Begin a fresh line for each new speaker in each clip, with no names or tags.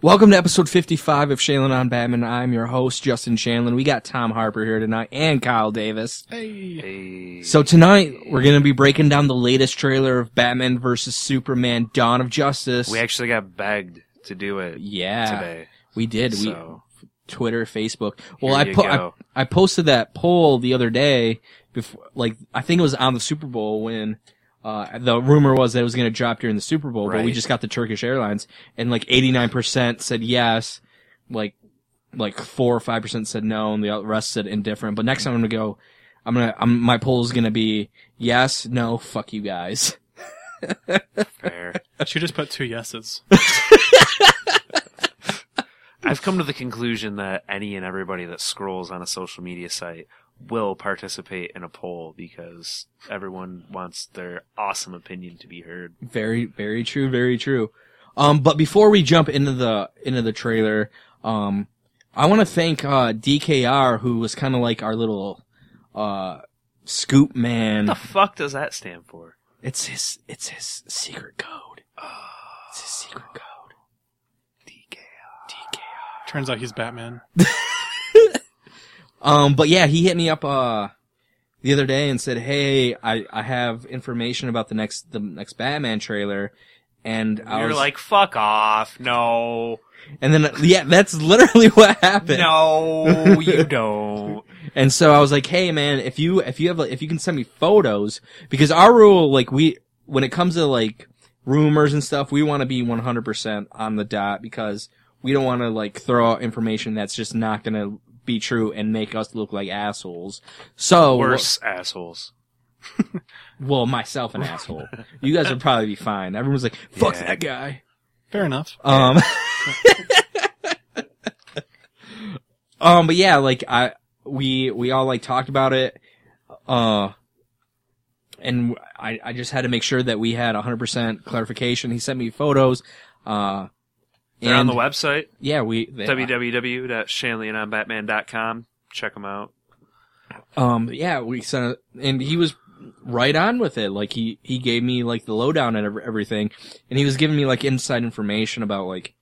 Welcome to episode 55 of Shaylin on Batman. I'm your host, Justin Shanlin. We got Tom Harper here tonight and Kyle Davis.
Hey.
So tonight, we're going to be breaking down the latest trailer of Batman vs. Superman Dawn of Justice.
We actually got begged to do it
yeah,
today.
we did. We,
So
Twitter, Facebook. Well,
Here
I,
you
po- I
go.
I posted that poll the other day before, like I think it was on the Super Bowl when uh, the rumor was that it was going to drop during the Super Bowl, but we
Right.
just got the Turkish Airlines, and like eighty nine percent said yes, like like four or five percent said no, and the rest said indifferent. But next time I'm gonna go, I'm gonna I'm, my poll is gonna be yes, no, fuck you guys.
fair.
She just put two yeses.
I've come to the conclusion that any and everybody that scrolls on a social media site will participate in a poll because everyone wants their awesome opinion to be heard.
Very, very true, very true. Um, but before we jump into the into the trailer, um, I want to thank uh, DKR who was kind of like our little uh, scoop man.
What the fuck does that stand for?
It's his it's his secret code. It's his secret code.
Turns out he's Batman.
Um, but yeah, he hit me up uh the other day and said, "Hey, I I have information about the next the next Batman trailer." And I
You're
was
like, fuck off. No.
and then yeah, that's literally what happened.
No, you don't.
And so I was like, "Hey, man, if you if you have like, if you can send me photos, because our rule, like we when it comes to like rumors and stuff, we want to be 100% on the dot because we don't want to like throw out information that's just not gonna be true and make us look like assholes. So
Worse assholes.
well, myself an asshole. You guys would probably be fine. Everyone's like, "Fuck
Yeah.
that guy."
Fair enough.
Um, um, but yeah, like I, we, we all like talked about it, uh, and I, I just had to make sure that we had 100% clarification. He sent me photos, uh,
They're on the website.
Yeah, we, they,
E. www.shanleyandimbatman.com. Check them out.
um, yeah, we sent it, and he was right on with it. Like he, he gave me like the lowdown and ev- everything, and he was giving me like inside information about like,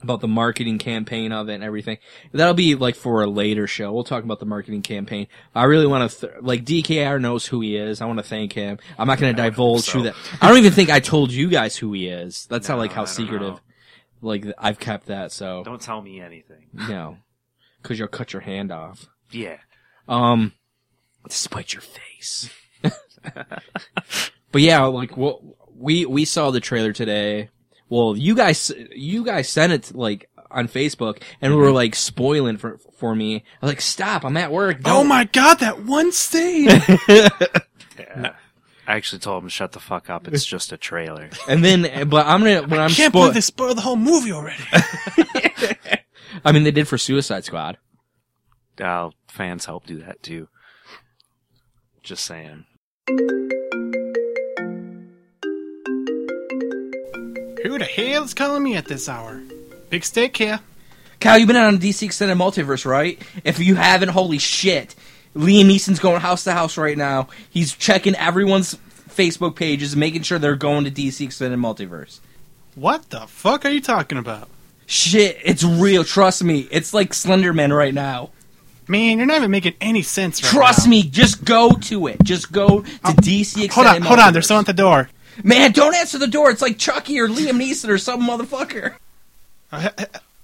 about the marketing campaign of it and everything. That'll be like for a later show. We'll talk about the marketing campaign. I really want to, th- like DKR knows who he is. I want to thank him. I'm not going to
I don't
divulge
think
who
so.
that, I don't even think I told you guys who he is. That's how
No,
like how
I don't
secretive,
know.
like th- I've kept that. So,
Don't tell me anything.
no, cause you'll cut your hand off.
Yeah.
Um, despite your face. but yeah, like well, we we saw the trailer today. Well, you guys you guys sent it like on Facebook and
Mm-hmm.
were like spoiling for for me. I was like, stop! I'm at work.
Oh
don't."
my god, that one scene!
Yeah. I actually told him shut the fuck up. It's just a trailer.
And then, but I'm gonna when I'm
Can't
spoil-
believe they spoiled the whole movie already.
I mean, they did for Suicide Squad.
Uh, fans help do that too. Just saying.
Who the hell's calling me at this hour? Big steak here.
Kyle, you've been on DC Extended Multiverse, right? If you haven't, holy shit! Liam Neeson's going house to house right now. He's checking everyone's Facebook pages, making sure they're going to DC Extended Multiverse.
What the fuck are you talking about?
Shit, it's real. Trust me. It's like Slenderman right now.
Man, you're not even making any sense right
Trust
now. Oh,
me. Just go to it. Just go to DC. Extended
Hold on, hold on,
Multiverse.
there's someone at the door.
Man, don't answer the door. It's like Chucky or Liam Neeson or some motherfucker.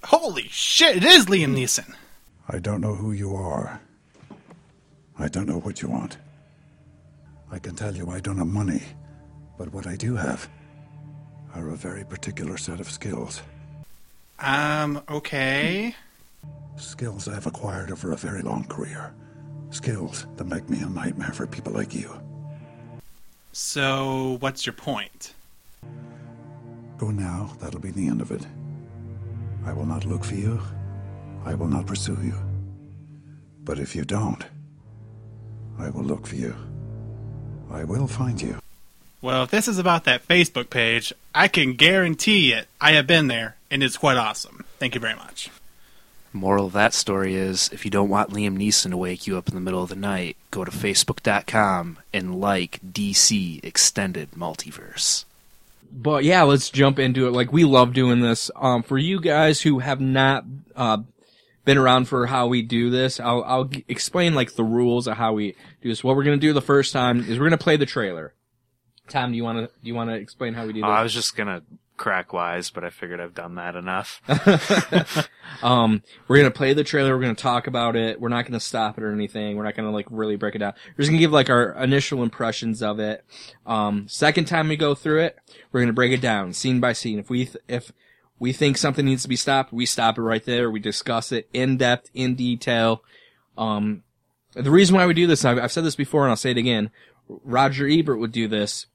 Holy shit, it is Liam Neeson.
I don't know who you are. I don't know what you want. I can tell you I don't have money, but what I do have are a very particular set of skills.
Um, okay.
Skills I've acquired over a very long career. Skills that make me a nightmare for people like you.
So, what's your point?
Go now, that'll be the end of it. I will not look for you. I will not pursue you. But if you don't, I will look for you. I will find you.
Well, if this is about that Facebook page, I can guarantee it. I have been there, and it's quite awesome. Thank you very much.
Moral of that story is if you don't want Liam Neeson to wake you up in the middle of the night, go to facebook.com and like DC Extended Multiverse.
but yeah, let's jump into it. Like we love doing this. Um, for you guys who have not uh, been around for how we do this, I'll I'll g- explain like the rules of how we do this. What we're gonna do the first time is we're gonna play the trailer. Tom, do you wanna do you wanna explain how we do
Oh, I
this?
was just gonna crack wise, but I figured I've done that enough.
um, we're gonna play the trailer. We're gonna talk about it. We're not gonna stop it or anything. We're not gonna like really break it down. We're just gonna give like our initial impressions of it. Um, second time we go through it, we're gonna break it down scene by scene. If we th- if we think something needs to be stopped, we stop it right there. We discuss it in depth, in detail. Um, the reason why we do this, I've, I've said this before, and I'll say it again. Roger Ebert would do this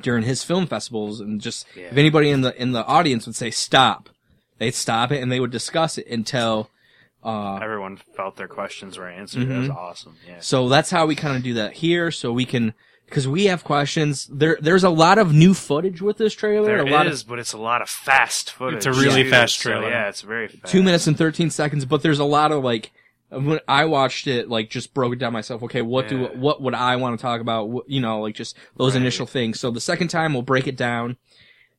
during his film festivals, and just if anybody in the in the audience would say stop, they'd stop it and they would discuss it until. Uh,
Everyone felt their questions were answered. That was awesome. Yeah.
so that's how we kind of do that here, so we can because we have questions. There, there's a lot of new footage with this trailer.
There
a lot
is, but it's a lot of fast footage.
a really
too,
fast
so
trailer.
yeah, it's very fast.
of two minutes and thirteen seconds, but there's a lot of like. When I watched it, like just broke it down myself. Okay, what
Yeah.
do what would I want to talk about? What- You know, like just those
Right.
initial things. So the second time we'll break it down,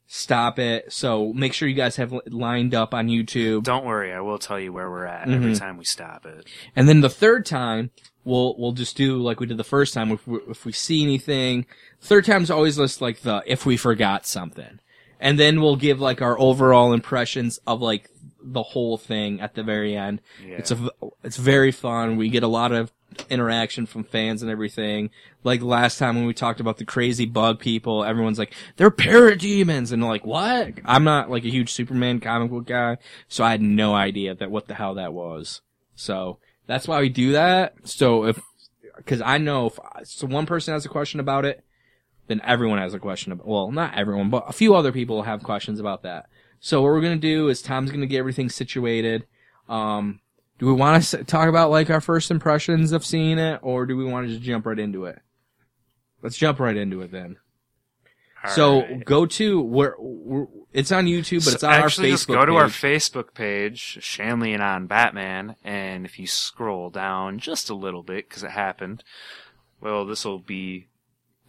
stop it. So make sure you guys have li- lined up on YouTube.
Don't worry, I will tell you where we're at every time we stop it.
And then the third time, we'll we'll just do like we did the first time. If we, if we see anything, third time's always just like the if we forgot something, and then we'll give like our overall impressions of like the whole thing at the very end.
Yeah.
It's a v- it's very fun. We get a lot of interaction from fans and everything. Like last time when we talked about the crazy bug people, everyone's like, they're parademons. And like, what? I'm not like a huge Superman comic book guy. So I had no idea that what the hell that was. So that's why we do that. So if, cause I know if so one person has a question about it, then everyone has a question about, well, not everyone, but a few other people have questions about that. So what we're going to do is Tom's going to get everything situated. Um, do we want to s- talk about like our first impressions of seeing it, or do we want to just jump right into it? Let's jump right into it then. so
Alright.
go to where where- it's on YouTube, but it's
So
on our
actually,
Facebook.
just go to our
page.
Facebook page, Shanley and on Batman, and if you scroll down just a little bit because it happened, well, this will be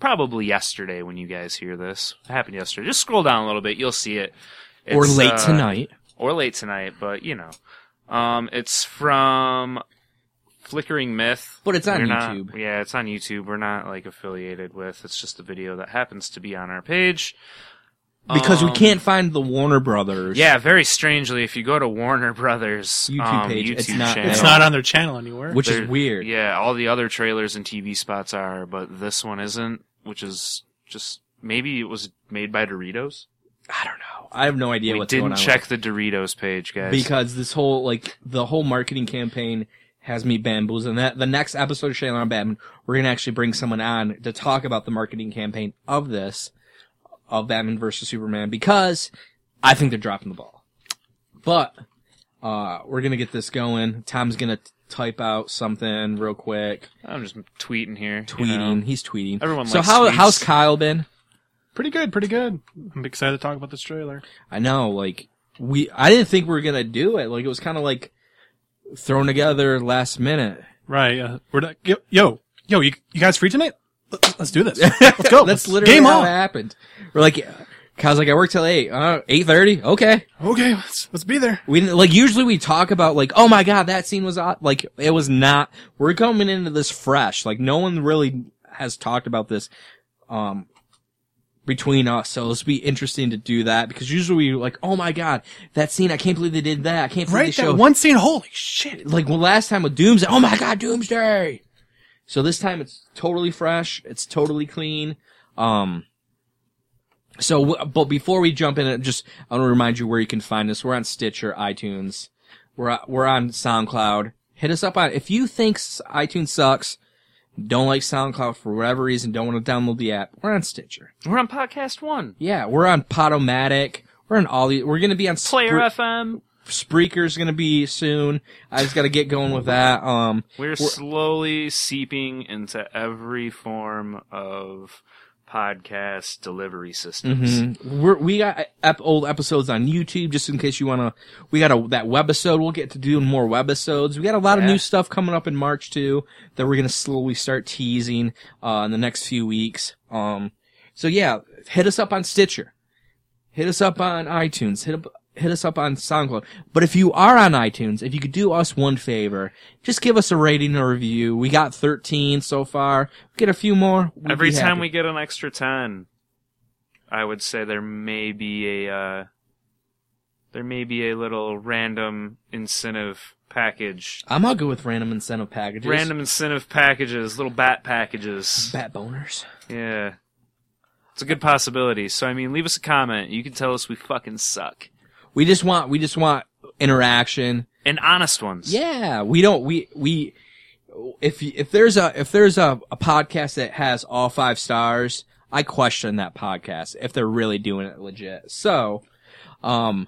probably yesterday when you guys hear this. It happened yesterday. Just scroll down a little bit, you'll see it.
or
It's,
late
uh,
tonight.
or late tonight, but you know, um, it's from Flickering Myth,
But it's on
We're not-
YouTube.
yeah, it's on YouTube. We're not like affiliated with. It's just a video that happens to be on our page.
Because we
Um,
can't find the Warner Brothers.
Yeah, very strangely, if you go to Warner Brothers
YouTube
um,
page, it's
YouTube
not-
channel,
It's not on their channel anywhere.
Which
there-
is weird.
Yeah, all the other trailers and TV spots are, but this one isn't, which is just maybe it was made by Doritos.
I don't know. I have no idea
we
what's going
didn't
on
check the Doritos page, guys.
with- because this whole like the whole marketing campaign has me bamboozled. And that the next episode of Shayla on Batman, we're gonna actually bring someone on to talk about the marketing campaign of this of Batman versus Superman because I think they're dropping the ball. But uh we're gonna get this going. Tom's gonna t- type out something real quick.
I'm just tweeting here. you
Tweeting.
know.
He's tweeting.
Everyone
so
likes
how
tweets.
how's Kyle been?
Pretty good, pretty good. I'm excited to talk about this trailer.
I know, like we I didn't think we were gonna do it. Like it was kinda like thrown together last minute.
Right. Uh, we're not, yo, yo, yo, you, you guys free tonight? Let's, let's do this. Let's go.
That's
Let's-
literally
game
how
on.
it happened. We're like Kyle's like, I work till eight. Uh eight thirty? Okay.
Okay, let's, let's be there.
We didn't- like usually we talk about like, oh my god, that scene was odd. like it was not. We're coming into this fresh. Like no one really has talked about this, um, between us. So it's be interesting to do that because usually we like, oh my god, that scene. I can't believe they did that. I can't believe
Right?
they showed
That one scene. Holy shit.
like well, last time with Doomsday. Oh my god, Doomsday! So this time it's totally fresh. It's totally clean. Um. So, w- but before we jump in, just I want to remind you where you can find us. We're on Stitcher, iTunes. We're we're on SoundCloud. Hit us up on if you think s- iTunes sucks, don't like SoundCloud for whatever reason, don't want to download the app. We're on Stitcher.
We're on podcast one,
Yeah, we're on Podomatic. We're on all the. We're gonna be on
Player
Spre-
FM.
Spreaker's gonna be soon. I just gotta get going with that. Um.
We're, slowly seeping into every form of podcast delivery
Mm-hmm.
systems.
We're, we got uh, ep- old episodes on YouTube, just in case you want to. We got a that webisode. We'll get to doing more webisodes. We got a lot of
Yeah.
new stuff coming up in March too that we're gonna slowly start teasing uh, in the next few weeks. Um, so yeah, hit us up on Stitcher. hit us up on iTunes. Hit up, hit us up on SoundCloud. But if you are on iTunes, if you could do us one favor, just give us a rating or review. We got 13 so far. Get a few more. we'd
Every
be
time
happy.
we get an extra 10, I would say there may be a uh, there may be a little random incentive package.
I'm all good with random incentive packages.
Random incentive packages, little bat packages.
bat boners.
Yeah. It's a good possibility. So I mean, leave us a comment. You can tell us we fucking suck.
We just want we just want interaction.
And honest ones.
Yeah, we don't we we if you- if there's a if there's a, a podcast that has all five stars, I question that podcast if they're really doing it legit. So, um,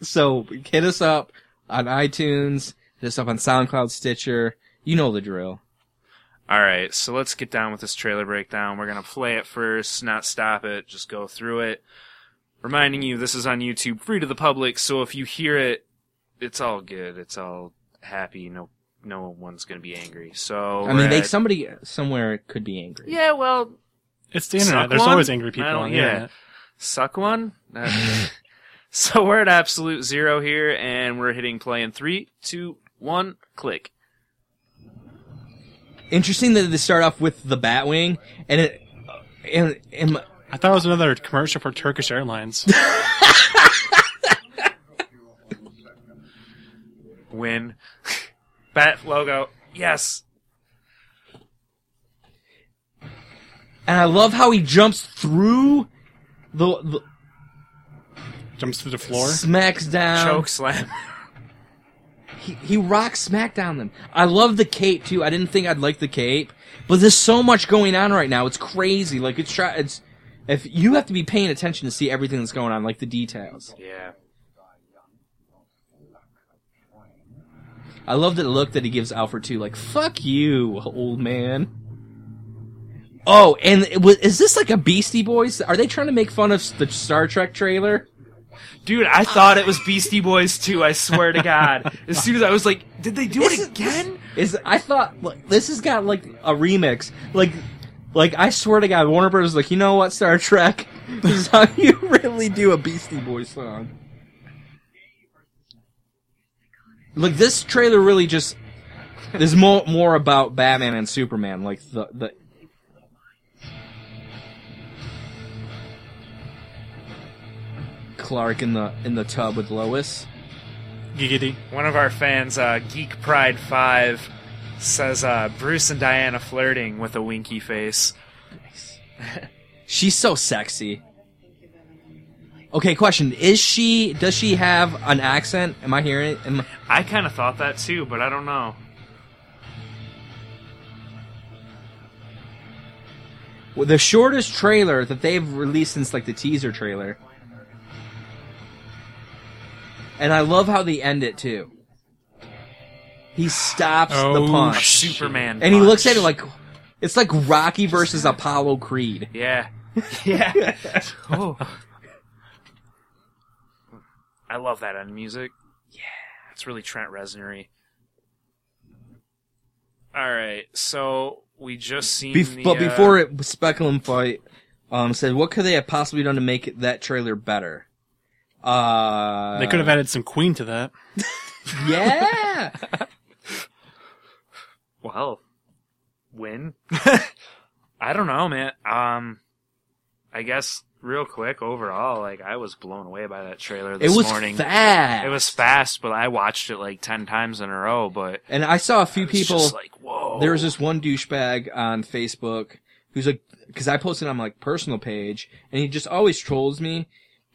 so hit us up on iTunes, hit us up on SoundCloud, Stitcher. You know the drill.
All right, so let's get down with this trailer breakdown. We're going to play it first, not stop it, just go through it. Reminding you, this is on YouTube, free to the public, so if you hear it, it's all good. It's all happy. No no one's going to be angry. So
I mean,
we're
they
at-
somebody somewhere could be angry.
Yeah, well,
It's the internet.
Suck
There's
one?
always angry people
I don't-
on the
yeah.
internet.
suck one. That- so we're at absolute 0 here and we're hitting play in three, two, one, click.
Interesting that they start off with the Batwing, and it and and
I thought it was another commercial for Turkish Airlines.
Win. Bat logo. Yes.
and I love how he jumps through the, the
Jumps through the floor.
smacks down.
Choke slam.
He, he rocks smack down them. I love the cape too. I didn't think I'd like the cape, but there's so much going on right now. It's crazy. Like it's try. It's if you have to be paying attention to see everything that's going on, like the details.
yeah.
I love the look that he gives Alfred too. Like fuck you, old man. Oh, and it was, is this like a Beastie Boys? Are they trying to make fun of the Star Trek trailer?
Dude, I thought it was Beastie Boys too. I swear to God. As soon as I was like, did they do
This
it
is-
again?
Is I thought like, this has got like a remix. Like, like I swear to God, Warner Brothers is like, you know what, Star Trek? This is how you really do a Beastie Boys song. Like this trailer really just is more more about Batman and Superman. Like the the. Clark in the in the tub with Lois.
Giggity.
One of our fans, uh, Geek Pride Five, says uh, Bruce and Diana flirting with a winky face.
She's so sexy. Okay, question: Is she? Does she have an accent? Am I hearing it? Am I-
I kind of thought that too, but I don't know.
well, the shortest trailer that they've released since like the teaser trailer, and I love how they end it too. He stops
Oh,
the punch,
A Superman.
and he
punch.
looks at it like it's like Rocky versus Apollo Creed.
yeah, yeah. oh, I love that end music. Yeah, it's really Trent Reznor. All right, so we just seen.
Bef-
the,
but
uh,
before it, Speculum fight um, said, "What could they have possibly done to make it- that trailer better?" Uh,
They could have added some Queen to that.
yeah.
Well, win. I don't know, man. Um, I guess real quick overall, like I was blown away by that trailer
it
this
was
morning.
fast.
It was fast, but I watched it like ten times in a row. But
and I saw a few
it's
people.
just like oh. whoa.
there was this one douchebag on Facebook who's like, because I posted on my like, personal page, and he just always trolls me.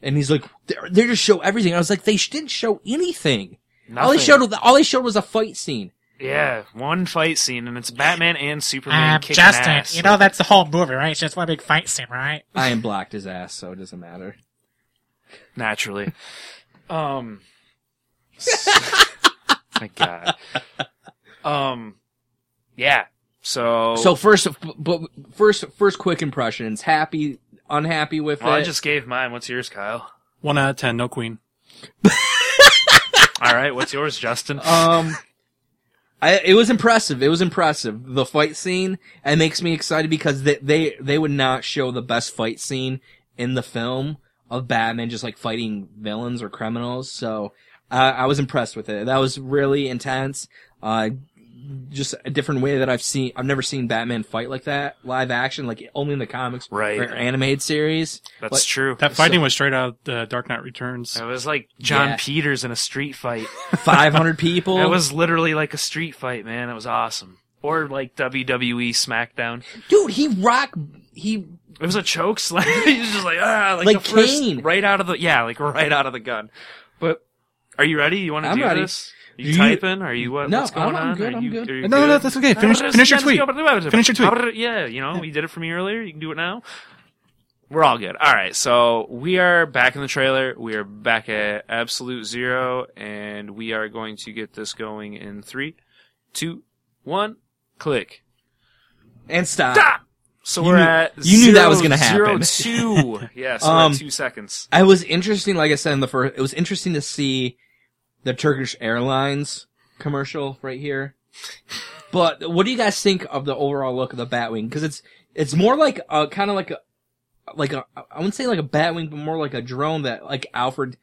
And he's like, they they just show everything. I was like, they sh- didn't show anything. All they
Nothing.
showed, was- all they showed was a fight scene.
yeah, one fight scene, and it's Batman and Superman
Ah,
Um,
kicking
Justin,
ass.
you know that's the whole movie, right? It's just one big fight scene, right?
I am blocked his ass, so it doesn't matter.
naturally. Um, my God. Um, yeah. So
So first, but first, first quick impressions. Happy, unhappy with
Well,
it.
I just gave mine. What's yours, Kyle?
One out of ten, no Queen.
All right, what's yours, Justin?
um, I, it was impressive. It was impressive. The fight scene it makes me excited because they they they would not show the best fight scene in the film. of Batman just like fighting villains or criminals. So I I was impressed with it. That was really intense. Uh, just a different way that I've seen. I've never seen Batman fight like that live action, like only in the comics
Right.
or animated series.
That's
Like-
true.
That fighting was straight out of the Dark Knight Returns.
Oh.
It was like John
Yeah.
Peters in a street fight.
Five hundred people.
It was literally like a street fight, man. It was awesome. Or like WWE SmackDown.
dude. He rock. He
It was a choke slam. he was just like ah, like,
Like
the first-
Kane.
right out of the yeah, like right out of the gun. But are you ready? You want to
I'm
do
ready.
this? Are
Do
you
you-
typing? Are you what?
No,
what's going
I'm- I'm
on?
good,
Are
I'm
you,
good.
Are you
No, no, no,
good?
that's okay. Finish, finish your tweet. Finish your tweet.
Yeah, you know, you did it for me earlier. You can do it now. We're all good. All right, so we are back in the trailer. We are back at absolute zero, and we are going to get this going in three, two, one, click.
and stop.
Stop. So
You
we're
knew-
at
you knew that was gonna
zero,
happen.
Zero two. Yes, we're
Um,
at two seconds.
I was interesting, like I said in the first. It was interesting to see the Turkish Airlines commercial right here. But what do you guys think of the overall look of the Batwing? Because it's it's more like a kind of like a like a I wouldn't say like a Batwing, but more like a drone that like Alfred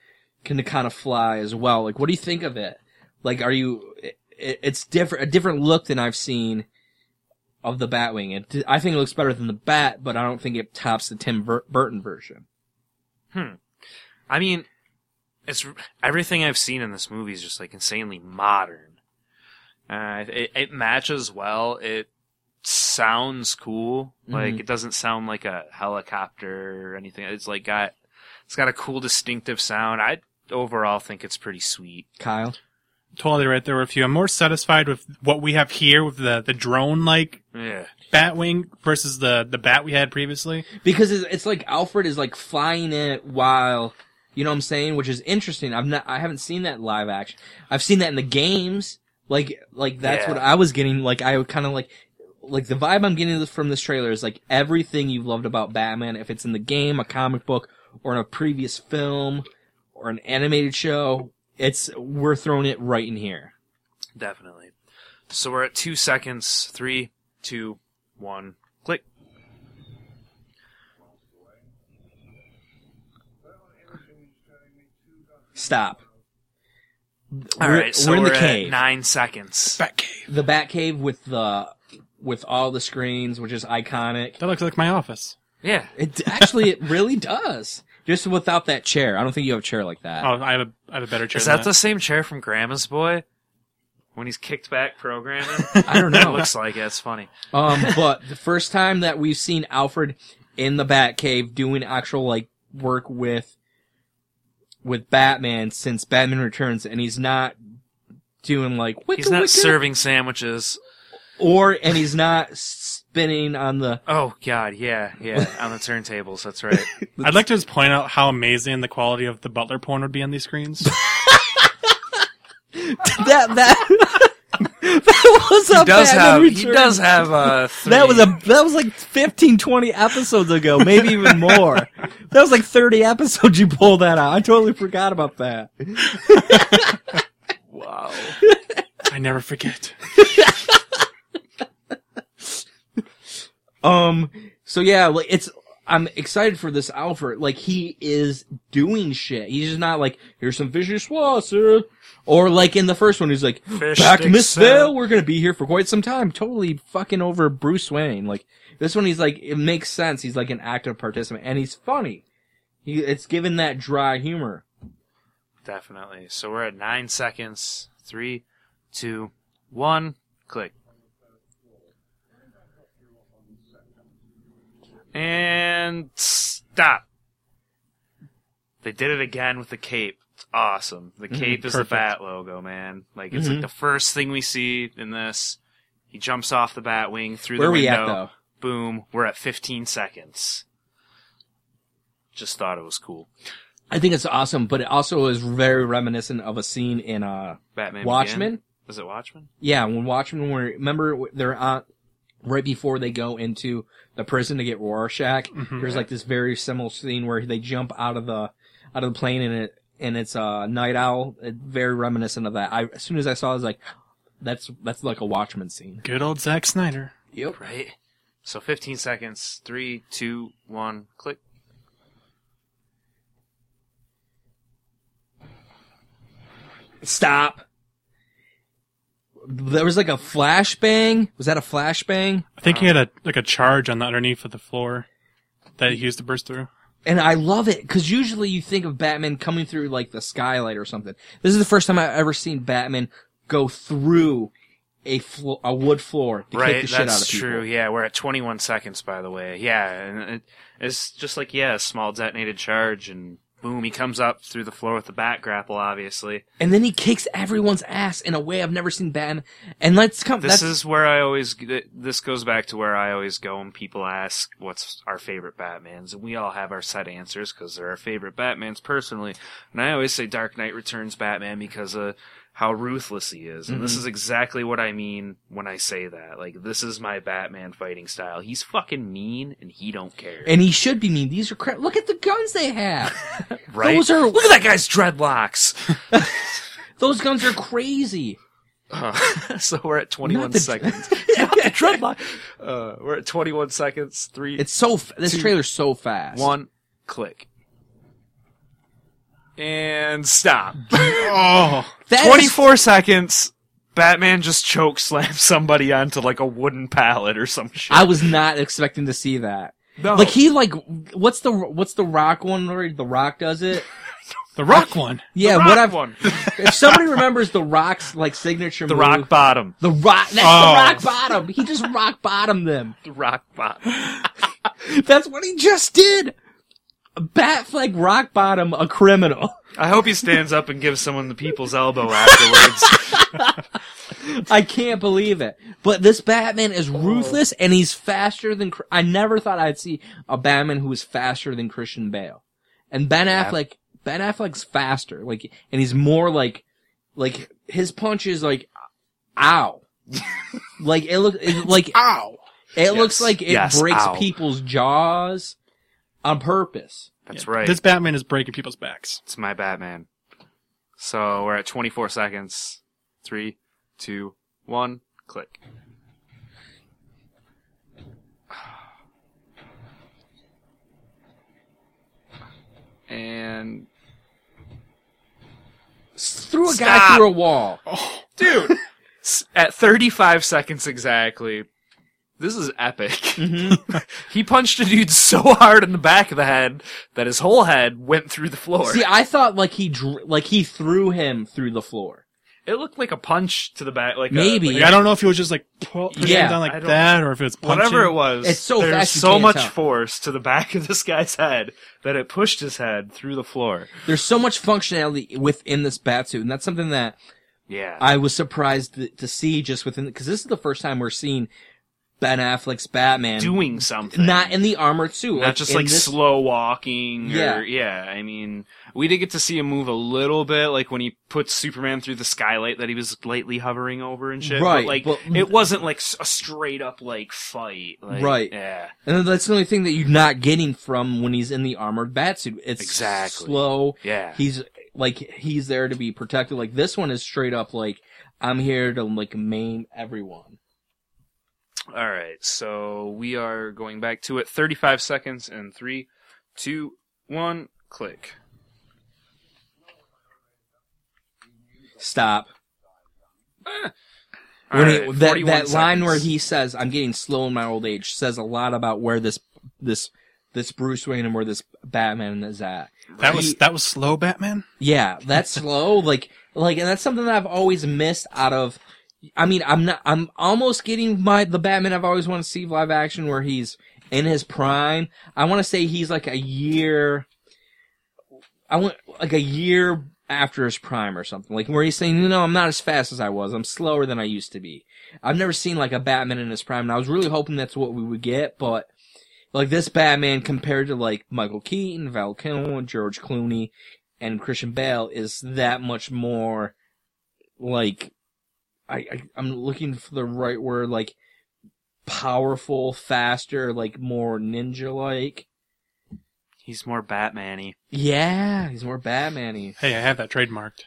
can kind of fly as well. Like, what do you think of it? Like, are you? It, it's different, a different look than I've seen of the Batwing. It, I think it looks better than the Bat, but I don't think it tops the Tim Bur- Burton version.
I mean, it's everything I've seen in this movie is just like insanely modern. Uh, it, it matches well. It sounds cool. Like
Mhm.
it doesn't sound like a helicopter or anything. It's like got it's got a cool distinctive sound. I overall think it's pretty sweet.
Kyle.
Totally right there with you. I'm more satisfied with what we have here with the, the drone like
Yeah.
Batwing versus the, the bat we had previously.
because it's, it's like Alfred is like flying it while you know what I'm saying, which is interesting. I've not I haven't seen that in live action. I've seen that in the games. Like like that's
Yeah.
what I was getting. Like I kind of like like the vibe I'm getting from this trailer is like everything you've loved about Batman, if it's in the game, a comic book, or in a previous film, or an animated show, it's we're throwing it right in here.
Definitely. So we're at two seconds. Three, two, one, click.
Stop.
All
We're-
right, so
we're in the
at
cave.
nine seconds.
Batcave.
The Batcave with the with all the screens, which is iconic.
That looks like my office.
Uh,
Yeah,
It actually, it really does. Just without that chair, I don't think you have a chair like that.
Oh, I have a, I have a better chair.
is
than
that the same chair from Grandma's Boy? When he's kicked back programming?
I don't
It
know.
looks like it. It's funny.
um, but the first time that we've seen Alfred in the Batcave doing actual like work with with Batman since Batman Returns, and he's not doing like wicka,
He's not
wicka,
serving sandwiches.
or and he's not spinning on the.
Oh God, yeah, yeah, on the turntables. That's right.
I'd like to just point out how amazing the quality of the butler porn would be on these screens.
That that that was a
He does
Batman
have. He
Returns.
does have uh three-
That was a that was like 15, 20 episodes ago, maybe even more. that was like thirty episodes you pulled that out. I totally forgot about that.
wow.
I never forget.
Um. So yeah, like it's. I'm excited for this Alfred. Like he is doing shit. He's just not like here's some fishy swasser, or like in the first one, he's like
Fish
back to
sticks,
Missville.
uh,
We're gonna be here for quite some time. Totally fucking over Bruce Wayne. Like this one, he's like it makes sense. He's like an active participant, and he's funny. He it's given that dry humor.
Definitely. So we're at nine seconds. Three, two, one, click. And stop. They did it again with the cape. It's awesome. The
Mm-hmm.
cape is
perfect.
the bat logo, man. Like it's like the first thing we see in this. He jumps off the bat wing through
Where are
the
we
window.
at, though?
Boom. We're at 15 seconds. Just thought it was cool.
I think it's awesome, but it also is very reminiscent of a scene in uh
Batman. Begins.
Watchmen.
Is it Watchmen?
Yeah, when Watchmen were remember w- they're on right before they go into the prison to get Rorschach. There's like this very similar scene where they jump out of the out of the plane and it and it's a uh, night owl. It, very reminiscent of that. I as soon as I saw, it, I was like, that's that's like a Watchmen scene.
Good old Zack Snyder.
Yep.
Right. So 15 seconds. Three, two, one, click.
Stop. There was like a flashbang. Was that a flashbang?
I think he had
Um,
a like a charge on the underneath of the floor that he used to burst through.
And I love it because usually you think of Batman coming through like the skylight or something. This is the first time I've ever seen Batman go through a flo- a wood floor to kick
Right,
the shit out
that's
of people.
true. Yeah, we're at 21 seconds, by the way. Yeah, and it, it's just like yeah, a small detonated charge, and boom, he comes up through the floor with the bat grapple. Obviously,
And then he kicks everyone's ass in a way I've never seen Batman. And let's come.
this
that's,
is where I always. th- This goes back to where I always go when people ask what's our favorite Batman's, and we all have our set answers because they're our favorite Batman's personally. And I always say Dark Knight Returns Batman because of how ruthless he is, and this
Mm-hmm.
is exactly what I mean when I say that. Like, this is my Batman fighting style. He's fucking mean, and he don't care.
and he should be mean. These are crap. Look at the guns they have.
right?
Those are-
Look at that guy's dreadlocks.
Those guns are crazy.
Uh, so we're at 21
Not the-
seconds. Not the dreadlock. Uh, we're at 21 seconds. Three,
It's so. F- this trailer's so fast.
one, click, and stop.
Oh,
That is-
24 seconds. Batman just choke slams somebody onto like a wooden pallet or some shit.
I was not expecting to see that.
No.
Like he like what's the what's the rock one where the rock does it?
the rock one.
Yeah,
rock
what I've
one.
if somebody remembers the rock's like signature
The
move,
rock bottom.
the rock that's
Oh.
the rock bottom. He just rock bottomed them.
The rock bottom.
That's what he just did. Bat like rock bottom a criminal.
I hope he stands up and gives someone the people's elbow afterwards.
I can't believe it. But this Batman
Oh.
is ruthless and he's faster than Cr- I never thought I'd see a Batman who was faster than Christian Bale. And Ben Affleck, Ben Affleck's faster, like, and he's more like, like his punch is like, ow, like it looks like ow. It looks like it
Yes,
breaks
ow.
people's jaws on purpose.
That's right.
This Batman is breaking people's backs.
It's my Batman. So we're at 24 seconds. Three, two, one, click. And
Threw a
Stop.
guy through a wall.
dude, s- at 35 seconds exactly, this is epic.
Mm-hmm.
he punched a dude so hard in the back of the head that his whole head went through the floor.
See, I thought like he dr- like he threw him through the floor.
it looked like a punch to the back, like a-
Maybe.
like a
Like, I don't know if he was just like pull, pushing
Yeah,
him down
I
like
don't-
that, or if it was punching.
whatever it was,
It's so
there's
fast you
so
can't
much
tell.
force to the back of this guy's head that it pushed his head through the floor.
There's so much functionality within this batsuit, and that's something that
Yeah,
I was surprised th- to see just within, because this is the first time we're seeing Ben Affleck's Batman
doing something,
not in the armored suit,
not just
in
like
this-
slow walking. Yeah,
Yeah.
or, yeah. I mean, we did get to see him move a little bit, like when he put Superman through the skylight that he was lightly hovering over and shit.
Right,
but like
but-
it wasn't like s- a straight up like fight. Like,
Right.
Yeah.
And then that's the only thing that you're not getting from when he's in the armored batsuit. It's
Exactly.
slow.
Yeah.
He's like he's there to be protected. Like this one is straight up like I'm here to like maim everyone.
All right, so we are going back to it. 35 seconds and three, two, one, click.
Stop.
All
When
right,
he, that
41
that line
seconds.
where he says, "I'm getting slow in my old age," says a lot about where this this this Bruce Wayne and where this Batman is at.
That was
He-
that was slow, Batman.
yeah, that's slow. Like like, and that's something that I've always missed out of. I mean, I'm not. I'm almost getting my the Batman I've always wanted to see live action where he's in his prime. I want to say he's like a year. I want like a year after his prime or something. Like where he's saying, "No, I'm not as fast as I was. I'm slower than I used to be." I've never seen like a Batman in his prime, and I was really hoping that's what we would get, but like this Batman compared to like Michael Keaton, Val Kilmer, George Clooney, and Christian Bale is that much more like I, I I'm looking for the right word like powerful, faster, like more ninja like.
He's more Batman-y.
Yeah, he's more Batman-y.
Hey, I have that trademarked.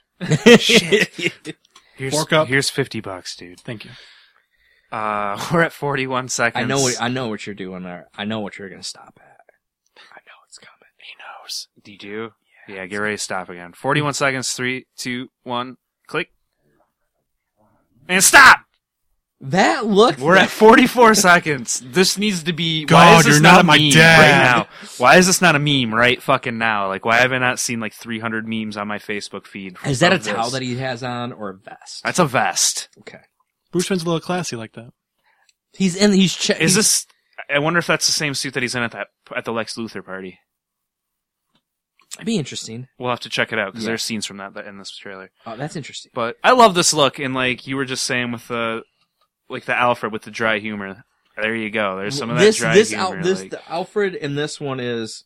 Shit.
Here's,
Fork up.
here's 50 bucks, dude.
Thank you.
Uh, we're at 41 seconds.
I know what I know what you're doing there. I know what you're gonna stop at. I know it's coming.
He knows. Did you? Yeah, get ready to stop again. 41 seconds, three, two, one, Click. And stop!
That looked.
We're at 44 seconds. This needs to be. why
God,
is this
you're
not,
not
a
my
meme
dad.
right now? Why is this not a meme right fucking now? Like, why have I not seen like 300 memes on my Facebook feed?
Is that a
of
towel
this?
that he has on or a vest?
That's a vest.
okay.
Bushman's a little classy like that.
He's in. He's che-
Is this? I wonder if that's the same suit that he's in at that at the Lex Luthor party.
That'd be interesting.
We'll have to check it out because
Yeah.
there's scenes from that that- in this trailer.
Oh, that's interesting.
But I love this look, and like you were just saying with the like the Alfred with the dry humor. There you go. There's some of that
this
dry
this
humor.
out this
like-
the Alfred in this one is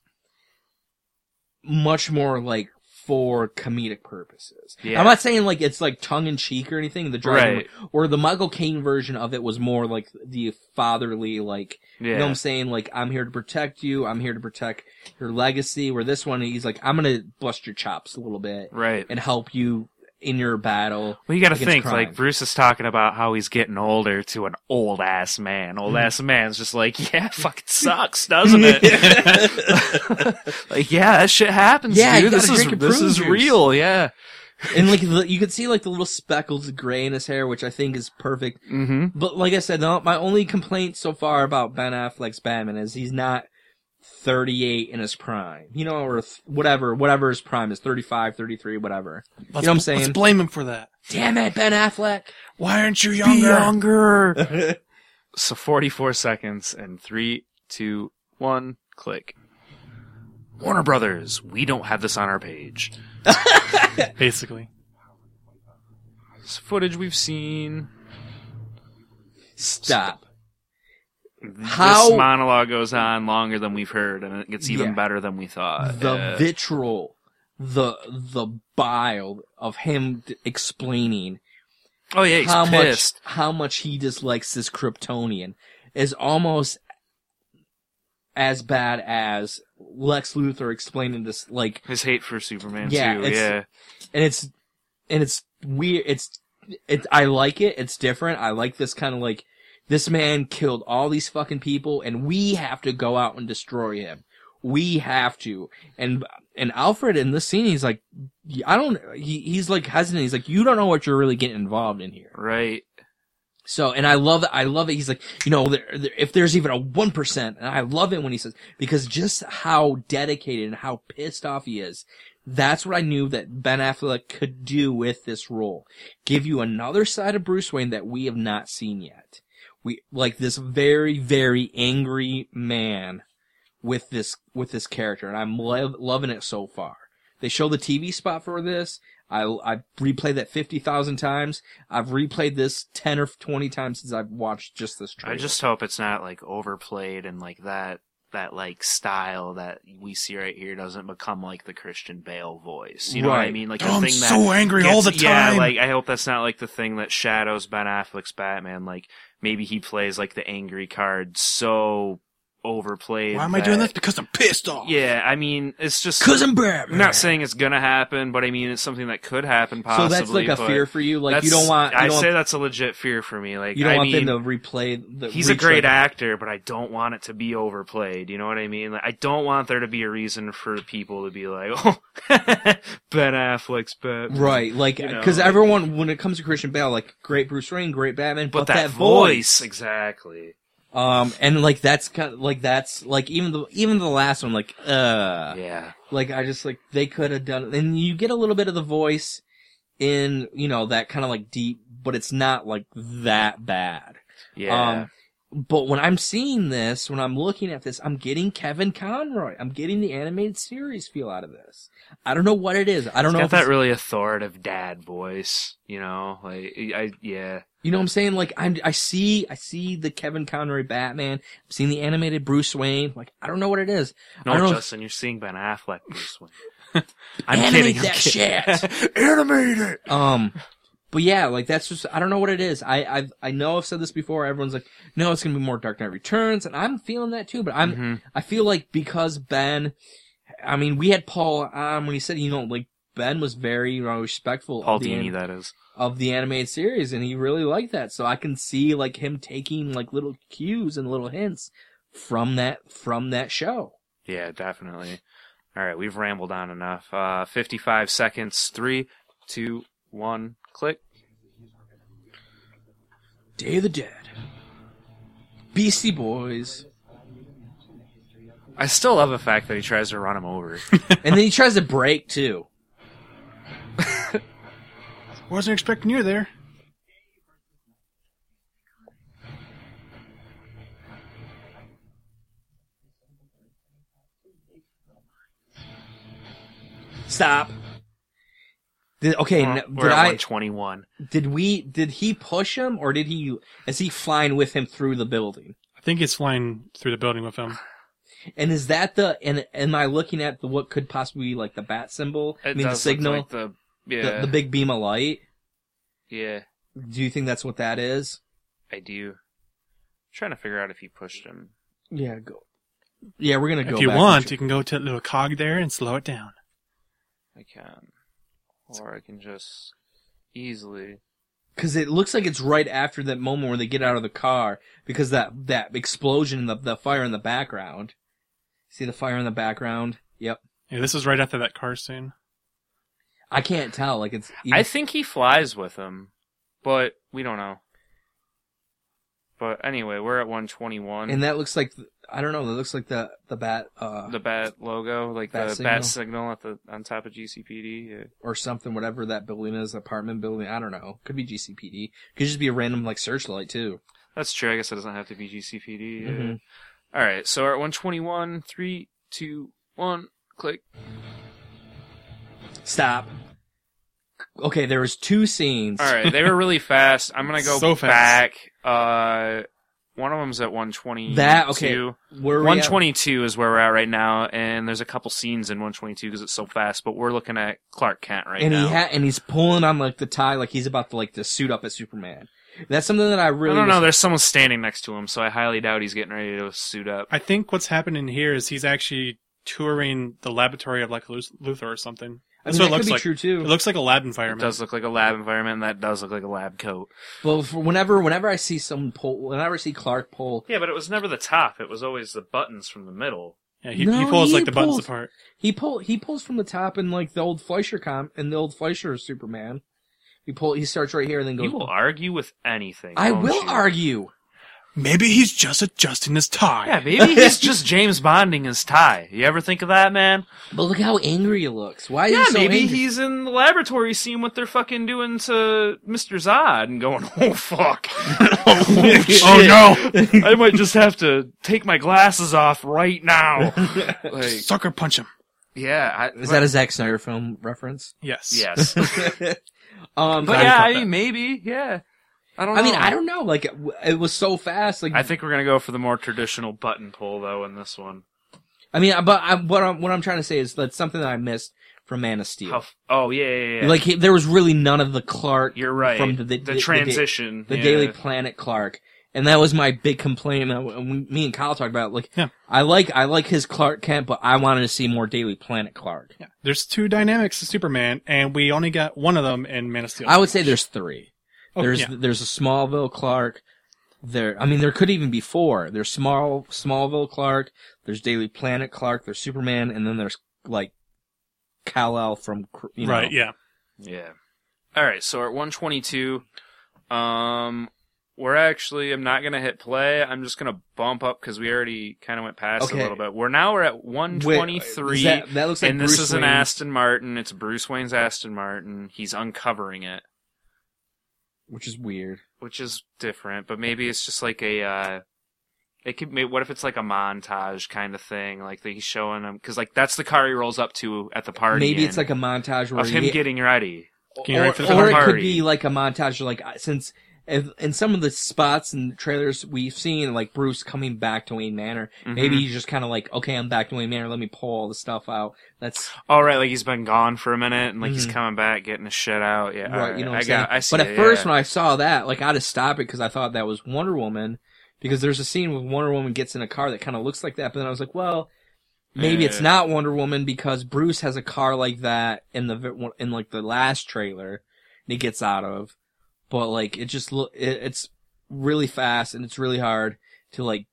much more like for comedic purposes.
Yeah.
I'm not saying like it's like tongue in cheek or anything. The driving
Right.
or the Michael Caine version of it was more like the fatherly, like
yeah.
you know what I'm saying, like I'm here to protect you, I'm here to protect your legacy. Where this one, he's like I'm gonna bust your chops a little bit
right.
and help you in your battle.
Well, you got to
against
think
crime.
like Bruce is talking about how he's getting older to an old ass man.
Mm-hmm.
Old ass man's just like, yeah, fucking sucks, doesn't it? like, yeah, that shit happens,
Yeah, you
dude. This
gotta
is
drink your
this
prune
is
juice.
real, yeah.
and like the, you can see like the little speckles of gray in his hair, which I think is perfect.
Mm-hmm.
But like I said, no, my only complaint so far about Ben Affleck's Batman is he's not 38 in his prime. You know, or th- whatever, whatever his prime is, 35, 33, whatever.
Let's,
know what I'm saying?
Let's blame him for that.
Damn it, Ben Affleck!
Why aren't you younger?
younger. so forty-four seconds and three, two, one, click. Warner Brothers, we don't have this on our page.
Basically.
This footage we've seen.
Stop.
This
How
monologue goes on longer than we've heard, and it gets even
Yeah.
better than we thought.
the
Uh,
vitriol, the the bile of him d- explaining
oh yeah, he's
how
pissed.
much how much he dislikes this Kryptonian is almost as bad as Lex Luthor explaining this like
His hate for Superman
Yeah,
too.
it's-
Yeah,
and it's and it's weird. It's it. I like it. It's different. I like this kind of like this man killed all these fucking people, and we have to go out and destroy him. We have to. And and Alfred in this scene, he's like, I don't. He, he's like hesitant. He's like, you don't know what you're really getting involved in here.
right.
So, and I love it. I love it. He's like, you know, there, there, if there's even a 1%, and I love it when he says, because just how dedicated and how pissed off he is. That's what I knew that Ben Affleck could do with this role. Give you another side of Bruce Wayne that we have not seen yet. We, like this very, very angry man with this, with this character. And I'm lov loving it so far. They show the TV spot for this. I, I replayed that 50,000 times. I've replayed this 10 or 20 times since I've watched just this trailer.
I just hope it's not like overplayed and like that that like style that we see right here doesn't become like the Christian Bale voice. You know what I
Right.
mean? Like
Oh,
the
I'm
thing that
so angry all the
gets- Yeah,
time.
like I hope that's not like the thing that shadows Ben Affleck's Batman. Like maybe he plays like the angry card so overplayed.
Why am I doing
that-
this? Because I'm pissed off.
Yeah, I mean it's just.
Cousin Brad.
I'm not saying it's gonna happen, but I mean it's something that could happen. Possibly.
so that's like a
but-
fear for you. Like you
That's-
don't want. You
I
don't,
say that's a legit fear for me. Like
you don't
I
want
mean,
them to replay. The,
he's a great
replay.
actor, but I don't want it to be overplayed. You know what I mean? Like, I don't want there to be a reason for people to be like, "Oh, Ben Affleck's Batman."
Right, like
You know,
because
like-
everyone, when it comes to Christian Bale, like great Bruce Wayne, great Batman,
But,
but,
that, voice, exactly.
um, and like that's kind of, like that's like even the even the last one, like uh,
Yeah,
like I just like they could have done, and you get a little bit of the voice in you know that kind of like deep, but it's not like that bad.
yeah.
Um, but when I'm seeing this, when I'm looking at this, I'm getting Kevin Conroy. I'm getting the animated series feel out of this. I don't know what it is. I don't
He's
know
got
if
that
it's-
really authoritative dad voice. You know, like I, yeah,
you know what I'm saying. Like I'm, I see, I see the Kevin Conroy Batman. I'm seeing the animated Bruce Wayne. Like I don't know what it is. I don't
no,
know if-
Justin, you're seeing Ben Affleck this one. I'm
Animate
kidding. I'm
that
kidding. Animate it.
Um, but yeah, like that's just I don't know what it is. I I I know I've said this before. Everyone's like, no, it's gonna be more Dark Knight Returns, and I'm feeling that too. But I'm
Mhm.
I feel like because Ben, I mean, we had Paul on when he said, you know, like Ben was very you know, respectful
Paul
of, the,
Dini,
an-
that is.
of the animated series, and he really liked that. So I can see like him taking like little cues and little hints from that from that show.
Yeah, definitely. All right, we've rambled on enough. Uh, 55 seconds. Three, two, one, click.
Day of the Dead. Beastie Boys.
I still love the fact that he tries to run him over.
And then he tries to break too.
Wasn't expecting you there.
Stop. Did, okay, n-
We're
did
at
I
121.
did we did he push him or did he is he flying with him through the building?
I think he's flying through the building with him.
And is that the and am I looking at the, what could possibly be like the bat symbol? I
It
mean the
does look
signal,
like the yeah,
the, the big beam of light.
yeah.
Do you think that's what that is?
I do. trying to figure out if he pushed him.
Yeah, go. Yeah, we're gonna go.
if you
back and
want,
check.
you can go to the little cog there and slow it down.
I can, or I can just easily.
because it looks like it's right after that moment where they get out of the car because that that explosion the the fire in the background. See the fire in the background. Yep,
Yeah, this is right after that car scene.
I can't tell. Like it's.
I think he flies with him, but we don't know. But anyway, we're at 121.
and that looks like I don't know. That looks like the the bat uh,
the bat logo, like
Bat
the
signal.
bat signal at the on top of GCPD. Yeah.
or something, whatever that building is, apartment building. I don't know. Could be GCPD. Could just be a random like searchlight too.
That's true. I guess it doesn't have to be GCPD. yeah.
Mhm.
All right, so we're at 121. Three, two, one. Click.
Stop. Okay, there was two scenes.
All right, they were really fast. I'm gonna go
So
back. Uh,
fast.
one of them's at 122.
That okay. Where we at?
122 is where we're at right now, and there's a couple scenes in 122 because it's so fast. But we're looking at Clark Kent right
and
now.
he ha- and he's pulling on like the tie, like he's about to like to suit up as Superman. That's something that I really
I don't know.
was-
There's someone standing next to him, so I highly doubt he's getting ready to suit up.
I think what's happening here is he's actually touring the laboratory of like Lu- Luthor or something.
I
That's
mean, that
what it
could
looks
be
like.
true too.
It looks like a lab
It
environment.
does look like a lab environment. and That does look like a lab coat.
Well, for whenever whenever I see someone pull, whenever I see Clark pull,
Yeah, but it was never the top. It was always the buttons from the middle.
Yeah, he,
No,
he pulls
he
like the buttons
pulls-
apart.
he pull he pulls from the top in like the old Fleischer com and the old Fleischer Superman. He pull he starts right here and then goes.
You will argue with anything.
I
won't
will
you?
argue.
Maybe he's just adjusting his tie.
Yeah, maybe he's just James Bonding his tie. You ever think of that, man?
But look how angry he looks. Why is he
Yeah,
so
maybe
angry?
he's in the laboratory seeing what they're fucking doing to Mr. Zod and going, oh fuck. oh,
oh no!
I might just have to take my glasses off right now. like,
Sucker punch him.
yeah. I,
Is that a Zack Snyder film reference?
Yes.
Yes.
um,
but
but
yeah, I
that.
mean, maybe. Yeah. I don't know.
I mean, I don't know. Like it, it was so fast. Like
I think we're going to go for the more traditional button pull, though, in this one.
I mean, uh, but I, what I'm what I'm trying to say is that's something that I missed from Man of Steel.
How f- oh, yeah, yeah, yeah.
Like he, there was really none of the Clark
You're right.
from the-
the,
the- the- the-
transition.
the
yeah.
Daily Planet Clark, and that was my big complaint. And I- and me and Kyle talked about it, like
Yeah.
I like I like his Clark Kent, but I wanted to see more Daily Planet Clark.
Yeah. There's two dynamics to Superman, and we only got one of them in Man of Steel.
I would say there's three.
Oh,
there's
yeah.
there's a Smallville Clark. There, I mean, there could even be four. There's small Smallville Clark. There's Daily Planet Clark. There's Superman, and then there's like Kal El from Cr- you know.
right. Yeah.
Yeah. All right, so we're at 122. Um, we're actually, I'm not going to hit play. I'm just going to bump up because we already kind of went past
Okay.
a little bit. We're now we're at
Wait,
123.
is that, that looks like
and
Bruce
this is an
Wayne.
Aston Martin. It's Bruce Wayne's Aston Martin. He's uncovering it,
which is weird.
which is different, but maybe it's just like a. Uh, it could. may- What if it's like a montage kind of thing? Like that he's showing him because like that's the car he rolls up to at the party.
Maybe it's
in,
like a montage where
of him
he,
getting ready.
Getting ready
or,
for the
or it
party.
could be like a montage, like I- since if, in some of the spots and trailers we've seen, like Bruce coming back to Wayne Manor.
Mm-hmm.
Maybe he's just kind of like, okay, I'm back to Wayne Manor. Let me pull all the stuff out. That's
All right, like he's been gone for a minute, and like he's
Mhm.
coming back, getting his shit out. Yeah, all
right, you know. What I'm
I
saying?
got. I see.
but at
it,
first,
yeah.
when I saw that, like I had to stop it because I thought that was Wonder Woman, because there's a scene where Wonder Woman gets in a car that kind of looks like that. But then I was like, well. Maybe it's
Yeah.
not Wonder Woman because Bruce has a car like that in the vi- in like the last trailer, and he gets out of. but like it just look it, it's really fast and it's really hard to like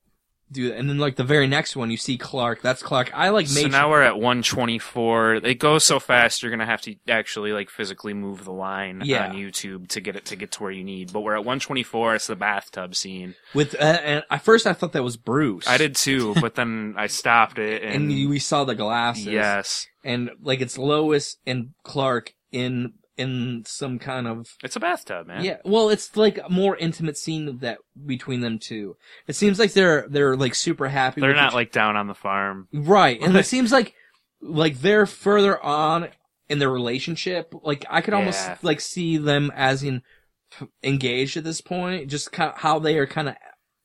do that. And then like the very next one, you see Clark. That's Clark. I like made
So now we're at 124. It goes so fast, you're gonna have to actually like physically move the line
Yeah.
on YouTube to get it to get to where you need. But we're at 124. It's the bathtub scene.
with. Uh, and at first, I thought that was Bruce.
I did too, but then I stopped it and,
And you- we saw the glasses.
yes,
And like it's Lois and Clark in in some kind of
it's a bathtub, man.
yeah. Well, it's like a more intimate scene that between them two. It seems like they're they're like super happy.
they're
with
not
each-
like down on the farm.
Right. And it seems like like they're further on in their relationship. Like I could almost
Yeah.
like see them as in engaged at this point, just kind of how they are kind of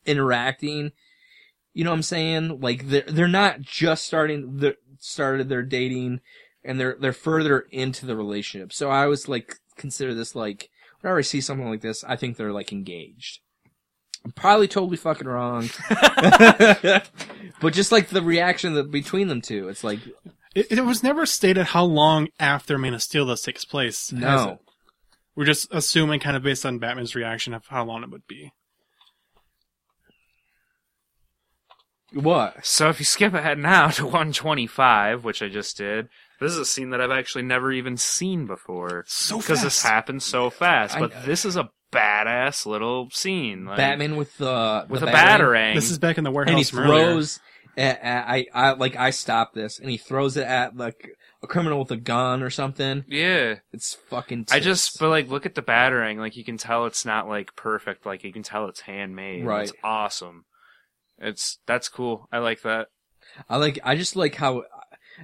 interacting. You know what I'm saying? Like they're they're not just starting the started their dating, and they're they're further into the relationship. So I always like consider this like whenever I see something like this, I think they're like engaged. I'm probably totally fucking wrong, but just like the reaction that between them two, it's like
It, it was never stated how long after Man of Steel this takes place. has
no,
it? We're just assuming, kind of based on Batman's reaction, of how long it would be.
what?
So if you skip ahead now to 125, which I just did, this is a scene that I've actually never even seen before.
So
because this
fast.
happened so fast.
I
But
know.
this is a badass little scene. Like,
Batman with the
with
the
a
batarang,
batarang.
This is back in the warehouse.
and he
from earlier.
throws. At, at, I I like I stopped this, and he throws it at like a criminal with a gun or something.
yeah.
It's fucking.
I
tits.
just but like look at the batarang. Like you can tell it's not like perfect. Like you can tell it's handmade.
Right.
It's awesome. It's that's cool. I like that.
I like I just like how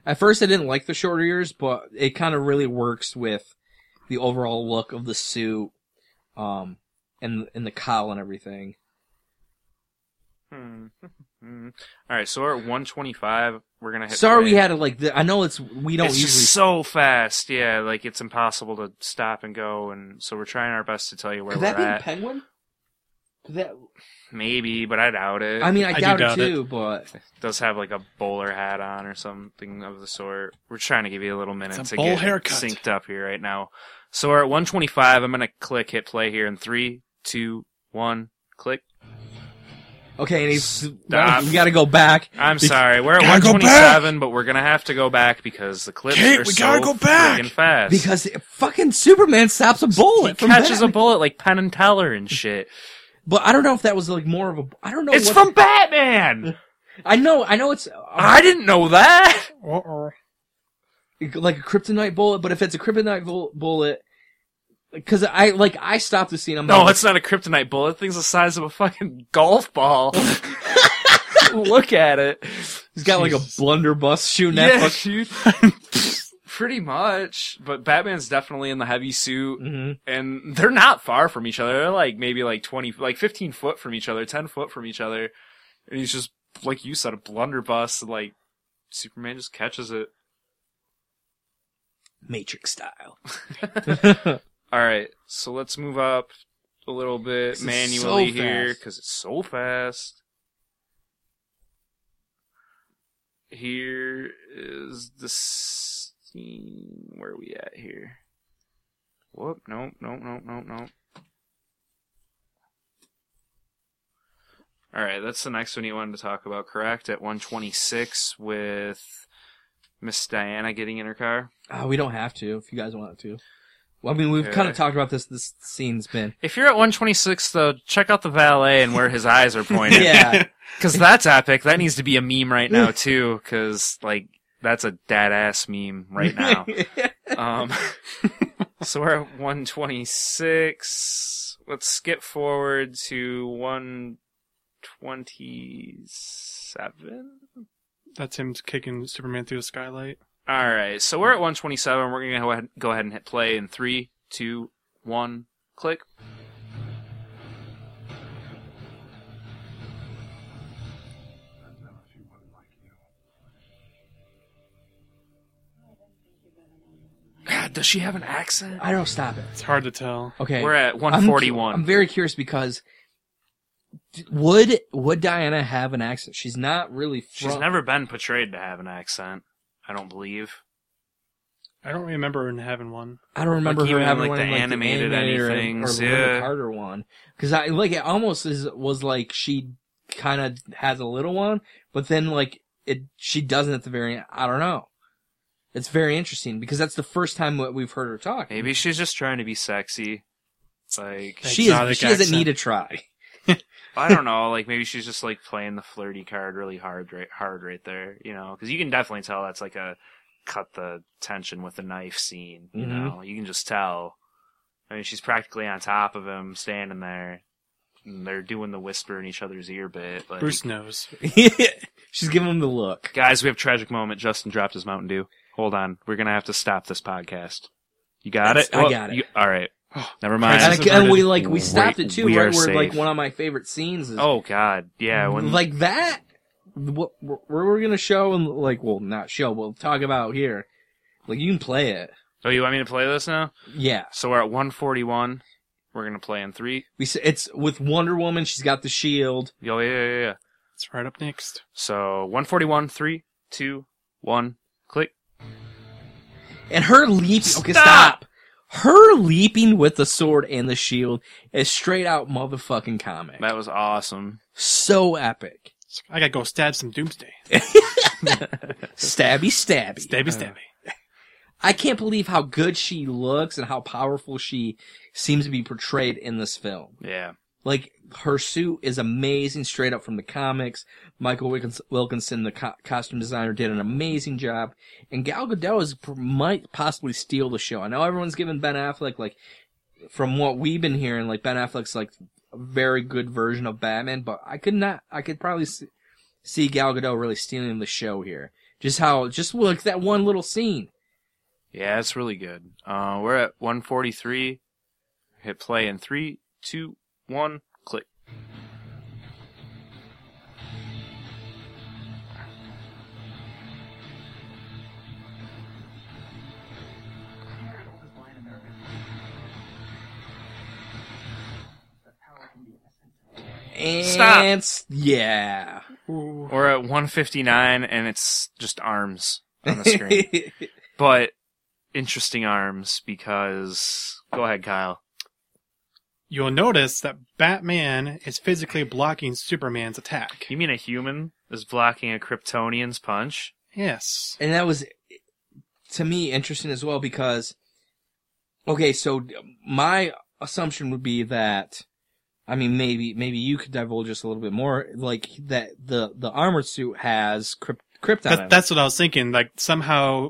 at first I didn't like the shorter ears, but it kind of really works with the overall look of the suit, um, and and the cowl and everything.
Hmm. Hmm. All right, so we're at 125. We're gonna hit.
Sorry,
play.
we had to like. The, I know it's we don't
it's
usually.
just so fast, yeah. Like it's impossible to stop and go, and so we're trying our best to tell you where
could
we're
that be
at.
the penguin? Could that
Maybe, but I doubt it.
I mean, I,
I do
doubt,
doubt
it too, but
does have like a bowler hat on or something of the sort. We're trying to give you a little minute
It's
to
a bowl
get
haircut.
synced up here right now. So we're at 125. I'm gonna click hit play here in three, two, one, click.
okay. And he's
Stop.
we got to go back.
I'm sorry, we're at
Gotta go
127, but we're gonna have to go back because the clips
Kate,
are
we
so
gotta go back!
friggin' fast.
Because fucking Superman stops a
he
bullet. from
catches a
Batman.
bullet like Penn and Teller and shit.
but I don't know if that was like more of a. I don't know.
it's
what-
from Batman.
I know. I know it's
I didn't know that.
Uh-oh.
uh, like a kryptonite bullet, but if it's a kryptonite bul- bullet, because I like I stopped the scene. I'm
No,
like,
it's not a kryptonite bullet. Thing's the size of a fucking golf ball. Look at it.
he's got like a blunderbuss shooting at
Yeah,
fuck-
shoot. Pretty much, but Batman's definitely in the heavy suit,
Mhm.
and they're not far from each other. They're like maybe like twenty, like fifteen foot from each other, ten foot from each other, and he's just like you said, a blunderbuss, and like Superman just catches it.
Matrix style.
All right, so let's move up a little bit
This is
manually
so
here
fast.
because it's so fast. Here is the scene. Where are we at here? Whoop! Nope! Nope! Nope! Nope! Nope! All right, that's the next one you wanted to talk about, correct? At 126 with Miss Diana getting in her car.
Uh, we don't have to if you guys want to. Well, I mean, we've kind
Yeah.
of talked about this. This scene's been
If you're at 126, though, check out the valet and where his eyes are pointing.
yeah.
Because that's epic. That needs to be a meme right now, too. Because, like, that's a dad ass meme right now. Um, so we're at 126. Let's skip forward to 127.
That's him kicking Superman through the skylight.
All right. So we're at 127. We're going to go ahead, go ahead and hit play in three, two, one, click. God, does she have an accent?
I don't stop it.
It's hard to tell.
Okay,
We're at
I'm cu-
141.
I'm, very curious because d- would would Diana have an accent? She's not really. From,
She's never been portrayed to have an accent. I don't believe.
I don't remember in having one.
I don't remember
Like,
her
even,
having
like,
one
the
in, like,
animated
the animated or-
anythings,
or Linda
yeah.
Carter one because I like it almost is was like she kind of has a little one, but then like it, she doesn't at the very end. I don't know. It's very interesting because that's the first time that we've heard her talk.
Maybe she's just trying to be sexy. It's like
She is,
Exotic
she doesn't
accent.
need a try.
I don't know, like maybe she's just like playing the flirty card really hard, right, hard right there, you know, because you can definitely tell that's like a cut the tension with a knife scene. You
Mhm.
know, you can just tell. I mean, she's practically on top of him, standing there. And they're doing the whisper in each other's ear bit. Like,
Bruce knows.
She's giving him the look.
guys, we have a tragic moment. Justin dropped his Mountain Dew. Hold on, we're gonna have to stop this podcast. You got
That's-
it.
I
Well,
got it. Oh,
You, all right, never mind.
And, I- and we like we
Wait,
stopped it too,
we
right?
are
Where like
safe.
one of my favorite scenes is
Oh God, yeah. When
like that. What what we're gonna show and like well not show we'll talk about here. Like you can play it.
oh, you want me to play this now?
Yeah,
So we're at 141. We're gonna play in three.
we s- it's with Wonder Woman. She's got the shield.
Oh yeah, yeah, yeah.
It's right up next.
So 141, three, two, one, click.
And her leaping. Okay,
Stop!
stop. Her leaping with the sword and the shield is straight out motherfucking comic.
That was awesome.
So epic.
I gotta go stab some doomsday.
Stabby, stabby.
Stabby stabby.
I can't believe how good she looks and how powerful she seems to be portrayed in this film.
Yeah.
Like her suit is amazing, straight up from the comics. Michael Wilkins- Wilkinson, the co- costume designer, did an amazing job. And Gal Gadot is might possibly steal the show. I know everyone's giving Ben Affleck like, from what we've been hearing, like Ben Affleck's like a very good version of Batman, but I could not, I could probably see, see Gal Gadot really stealing the show here. Just how, just like that one little scene.
Yeah, it's really good. Uh, we're at 143. Hit play in three, two, one, click.
And
Stop.
s- yeah.
We're at 159, and it's just arms on the screen.
I
but interesting arms because. Go ahead, Kyle.
You'll notice that Batman is physically blocking Superman's attack.
You mean a human is blocking a Kryptonian's punch?
Yes.
and that was to me interesting as well because okay, so my assumption would be that I mean maybe maybe you could divulge us a little bit more like that the the armored suit has crypt, krypton. in
That,
it.
that's what I was thinking. Like somehow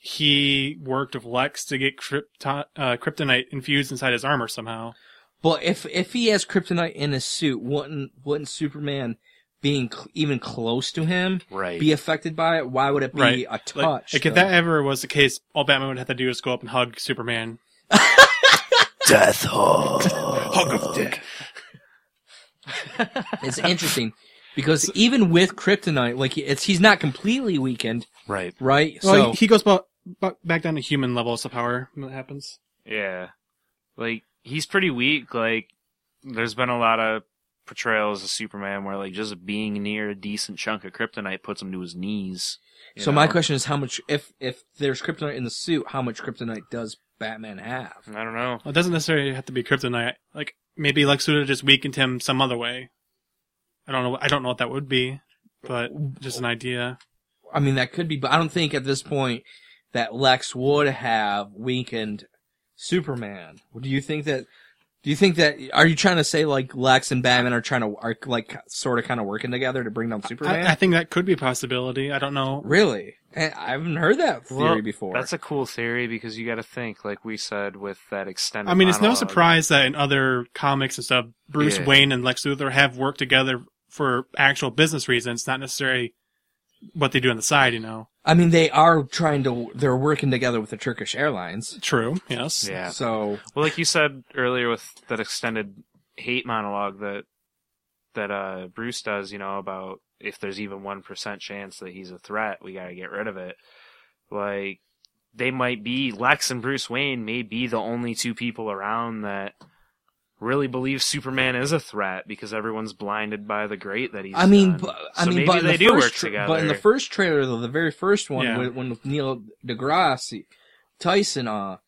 he worked with Lex to get krypton, uh, kryptonite infused inside his armor somehow.
But if if he has kryptonite in his suit, wouldn't wouldn't Superman being cl- even close to him
Right.
be affected by it? Why would it be
Right.
a
Like,
touch?
like, if
though?
that ever was the case, all Batman would have to do is go up and hug Superman.
Death Hall.
Hug of dick.
It's interesting because even with kryptonite, like it's he's not completely weakened,
Right.
right? so
Well, he goes bu- bu- back down to human levels of power when that happens.
Yeah. Like, he's pretty weak. Like, there's been a lot of portrayals of Superman where, like, just being near a decent chunk of kryptonite puts him to his knees. you
so my
know?
question is, how much if if there's kryptonite in the suit, how much kryptonite does Batman have?
I don't know.
Well, it doesn't necessarily have to be kryptonite. Like maybe Lex Luthor just weakened him some other way. I don't know. I don't know what that would be, but just an idea.
I mean, that could be, but I don't think at this point that Lex would have weakened Superman. Do you think that? Do you think that? Are you trying to say like Lex and Batman are trying to are like sort of kind of working together to bring down Superman?
I, I think that could be a possibility. I don't know.
really? I I haven't heard that theory
Well,
before.
That's a cool theory because you got to think, like we said, with that extended.
I mean, it's no
monologue.
surprise that in other comics and stuff, Bruce
Yeah.
Wayne and Lex Luthor have worked together for actual business reasons, not necessarily what they do on the side. You know.
I mean, they are trying to. They're working together with the Turkish Airlines.
True. Yes.
Yeah.
So
Well, like you said earlier with that extended hate monologue that that uh, Bruce does, you know, about if there's even one percent chance that he's a threat, we got to get rid of it. Like they might be Lex and Bruce Wayne may be the only two people around that really believe Superman is a threat because everyone's blinded by the great that he's.
I mean,
done.
but, I
So
mean,
maybe
but in
they
the
do
first
work
tra-
together.
But in the first trailer, though, the very first one,
Yeah.
when, when Neil deGrasse Tyson uh,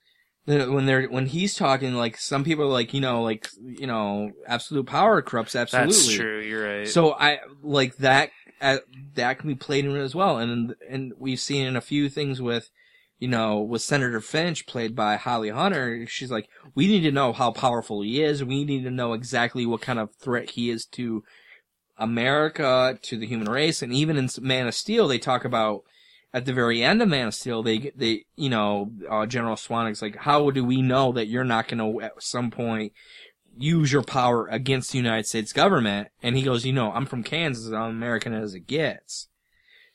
when they're when he's talking, like some people are like, you know, like you know, absolute power corrupts absolutely.
That's true. You're right.
So I like that uh, that can be played in as well, and and we've seen in a few things with, you know, with Senator Finch played by Holly Hunter. She's like, we need to know how powerful he is. We need to know exactly what kind of threat he is to America, to the human race, and even in Man of Steel, they talk about. At the very end of Man of Steel, they they you know uh, General Swanwick's like, how do we know that you're not going to at some point use your power against the United States government. And he goes, you know, I'm from Kansas. I'm American as it gets.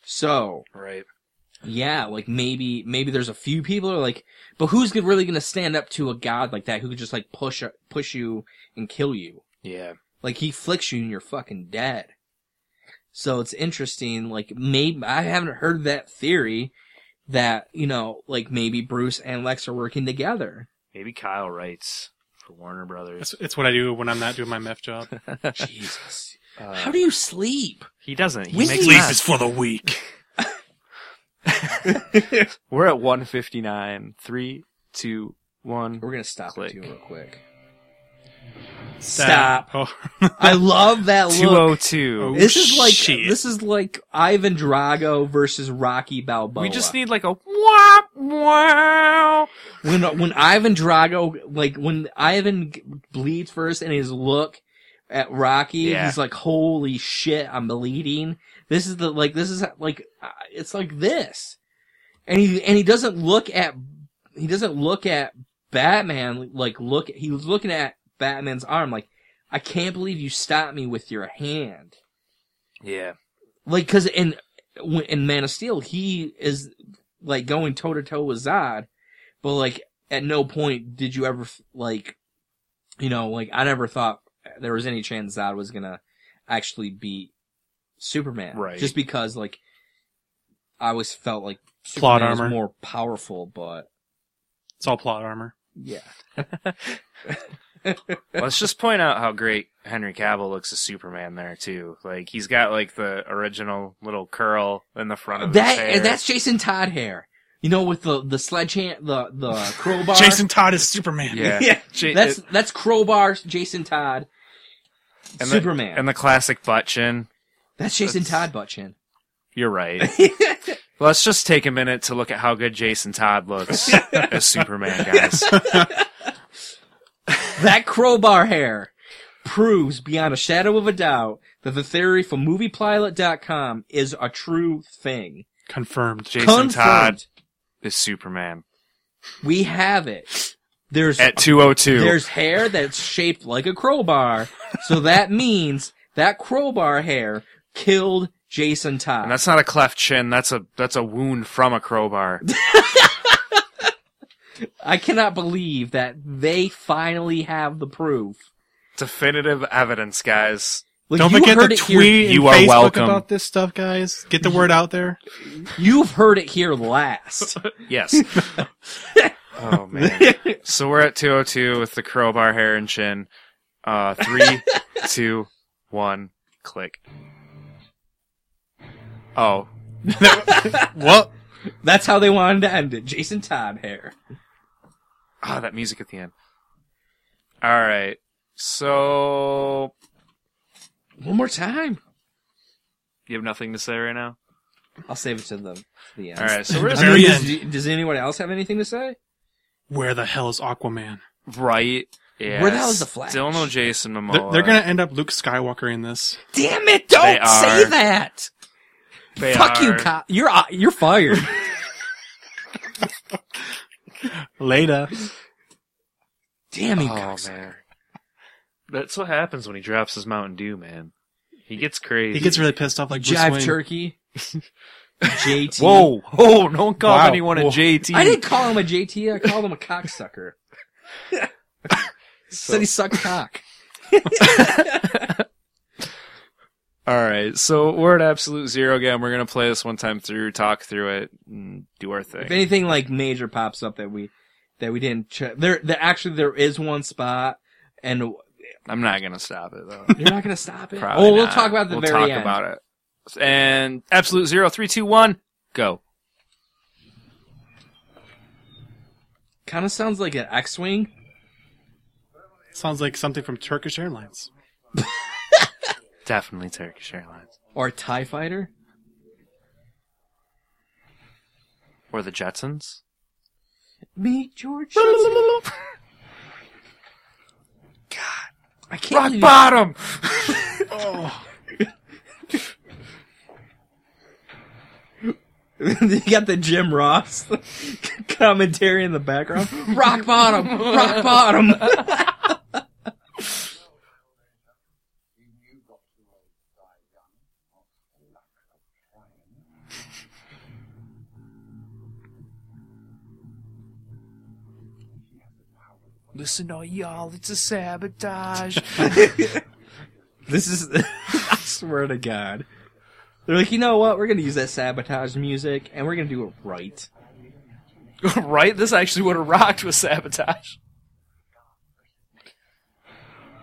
So
right.
yeah, like maybe, maybe there's a few people who are like, but who's go- really going to stand up to a god like that who could just like push, push you and kill you?
Yeah.
Like he flicks you and you're fucking dead. So it's interesting. Like maybe I haven't heard that theory that, you know, like maybe Bruce and Lex are working together.
Maybe Kyle writes for Warner Brothers.
It's, it's what I do when I'm not doing my meth job.
Jesus.
Uh,
How do you sleep?
he doesn't. He
We
makes
sleep
sense.
for the weak.
We're at 159. Three, two, one.
We're gonna stop
Click.
it too real quick.
Stop. Oh.
I love that look.
202.
Oh,
This is like
shit.
this is like Ivan Drago versus Rocky Balboa.
We just need like a wah wow.
when when Ivan Drago like when Ivan g- bleeds first and his look at Rocky,
Yeah.
he's like, "Holy shit, I'm bleeding." This is the like this is like uh, it's like this, and he and he doesn't look at he doesn't look at Batman like look he was looking at Batman's arm like, "I can't believe you stopped me with your hand."
Yeah.
like because in when- in Man of Steel he is like going toe to toe with Zod, but like at no point did you ever like, you know, like I never thought there was any chance Zod was gonna actually beat Superman,
Right.
Just because like I always felt like
Plot
Superman was
armor.
more powerful, but
It's all plot armor.
yeah,
Let's just point out how great Henry Cavill looks as Superman there too. Like he's got like the original little curl in the front of his hair.
that that's Jason Todd hair, you know, with the the sledgehammer, the the crowbar.
Jason Todd is Superman.
yeah.
Yeah,
Ja-
that's that's crowbar Jason Todd.
And the-
Superman.
and the classic butt chin.
That's Jason
That's-
Todd butt chin.
You're right. Let's just take a minute to look at how good Jason Todd looks as Superman, guys.
that crowbar hair proves beyond a shadow of a doubt that the theory from moviepilot.com is a true thing.
Confirmed.
Jason
Confirmed.
Todd is Superman
We have it. There's
at 202.
there's hair that's shaped like a crowbar. so that means that crowbar hair killed Jason Todd.
And that's not a cleft chin. That's a that's a wound from a crowbar.
I cannot believe that they finally have the proof.
Definitive evidence, guys.
Like,
Don't
you
forget
heard
to
it here-
tweet
You
and
are
Facebook
welcome.
about this stuff, guys. Get the word out there.
You've heard it here last.
Yes. oh man. So we're at 202 with the crowbar hair and chin. Uh, three, two, one, click. Oh,
What?
That's how they wanted to end it. Jason Todd hair.
ah, that music at the end. All right. So
One more time.
you have nothing to say right now.
I'll save it to the, the end.
All right. So we're
Does,
just
Very
does- does anyone else have anything to say?
Where the hell is Aquaman?
right. Yeah.
Where the hell is the Flash?
Still no Jason Momoa.
They're, they're gonna end up Luke Skywalker in this.
Damn it! Don't
They
say
are.
that.
They
Fuck you,
are-
Kyle. You're uh, you're fired.
Later.
Damn you,
Oh
Cox.
man. That's what happens when he drops his Mountain Dew, man. He gets crazy.
He gets really pissed off like Bruce
Jive
Wayne.
turkey. JT.
Whoa! Oh, don't call
Wow.
anyone a
Whoa.
JT.
I didn't call him a JT. I called him a cocksucker. Said he sucked cock.
All right, so we're at absolute zero again. We're gonna play this one time through, talk through it, and do our
If
thing.
anything like major pops up that we that we didn't check, there, there actually there is one spot, and you're
I'm not gonna stop it though.
not gonna stop it.
Probably
oh, we'll
not.
talk about it at the
we'll
very
talk
end.
about it. And absolute zero, three, two, one, go.
Kind of sounds like an X-wing.
Sounds like something from Turkish Airlines.
Definitely Turkish Airlines
or a Tie Fighter.
or the Jetsons.
Meet George. Jetson. I can't.
Rock
believe-
bottom.
you got the Jim Ross commentary in the background. Rock bottom. Rock bottom.
Listen, all y'all, it's a sabotage.
This is. I swear to God. They're like, you know what? We're gonna use that sabotage music, and we're gonna do it right.
right? This actually would have rocked with sabotage.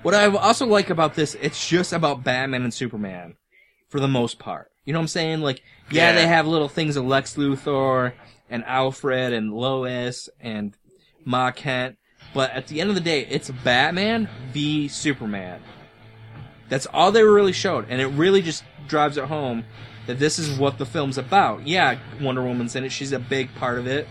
What I also like about this, it's just about Batman and Superman, for the most part. You know what I'm saying? Like, yeah,
Yeah.
they have little things of Lex Luthor and Alfred and Lois and Ma Kent, but at the end of the day, it's Batman v Superman. That's all they really showed, and it really just drives it home that this is what the film's about. Yeah, Wonder Woman's in it; she's a big part of it.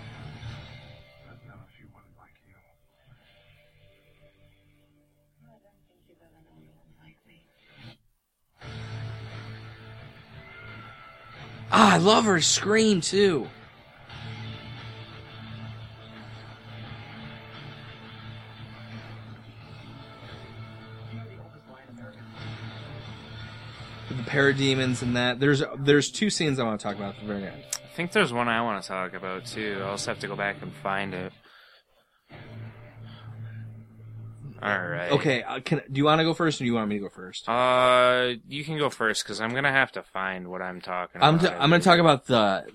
Ah, I love her scream too. The parademons and that. There's there's two scenes I want to talk about at the very end.
I think there's one I want to talk about too. I'll just have to go back and find it. All right.
Okay, uh, can, do you want to go first, or do you want me to go first?
Uh, you can go first because I'm gonna have to find what I'm talking
I'm
about.
t- I'm gonna talk about the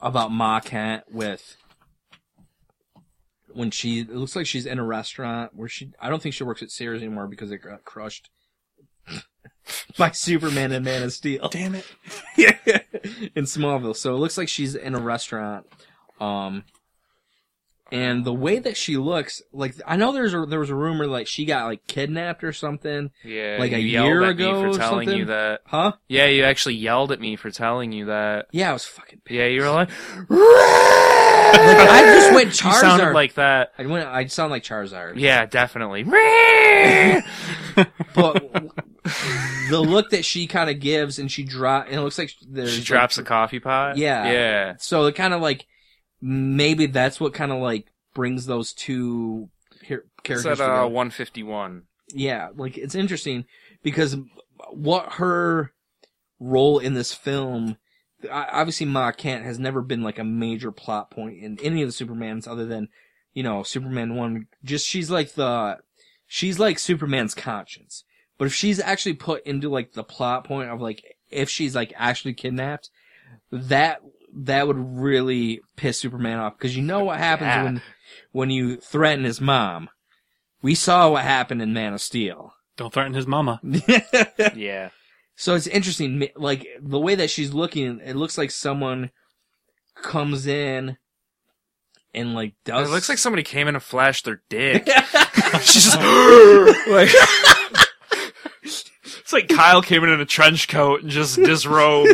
about Ma Kent with when she it looks like she's in a restaurant where she I don't think she works at Sears anymore because it got crushed by Superman and Man of Steel
Damn it.
in Smallville. So it looks like she's in a restaurant. Um, and the way that she looks, like I know there's a, there was a rumor like she got like kidnapped or something,
Yeah,
like a
you yelled
year
at
ago
me
or
for telling
something?
you that.
huh?
Yeah, you actually yelled at me for telling you that.
Yeah, I was fucking. pissed.
Yeah, you were like,
Like, I just went
you
Charizard.
sounded like that.
I went. I sound like Charizard.
Yeah, definitely.
but the look that she kind of gives and she drop and it looks like there's
she drops a
like,
coffee pot.
Yeah.
yeah.
so it kind of like maybe that's what kind of like brings those two her-
It's
characters
at uh,
together.
151.
yeah like it's interesting because what her role in this film I- obviously ma kent has never been like a major plot point in any of the supermans other than you know superman 1 just she's like the she's like superman's conscience but if she's actually put into like the plot point of like if she's like actually kidnapped that that would really piss superman off because you know what happens
Yeah.
when when you threaten his mom we saw what happened in man of steel
Don't threaten his mama.
yeah.
So it's interesting, mi- like the way that she's looking. It looks like someone comes in and like does.
It looks like somebody came in and flashed their dick. She's just like. It's like Kyle came in in a trench coat and just disrobed.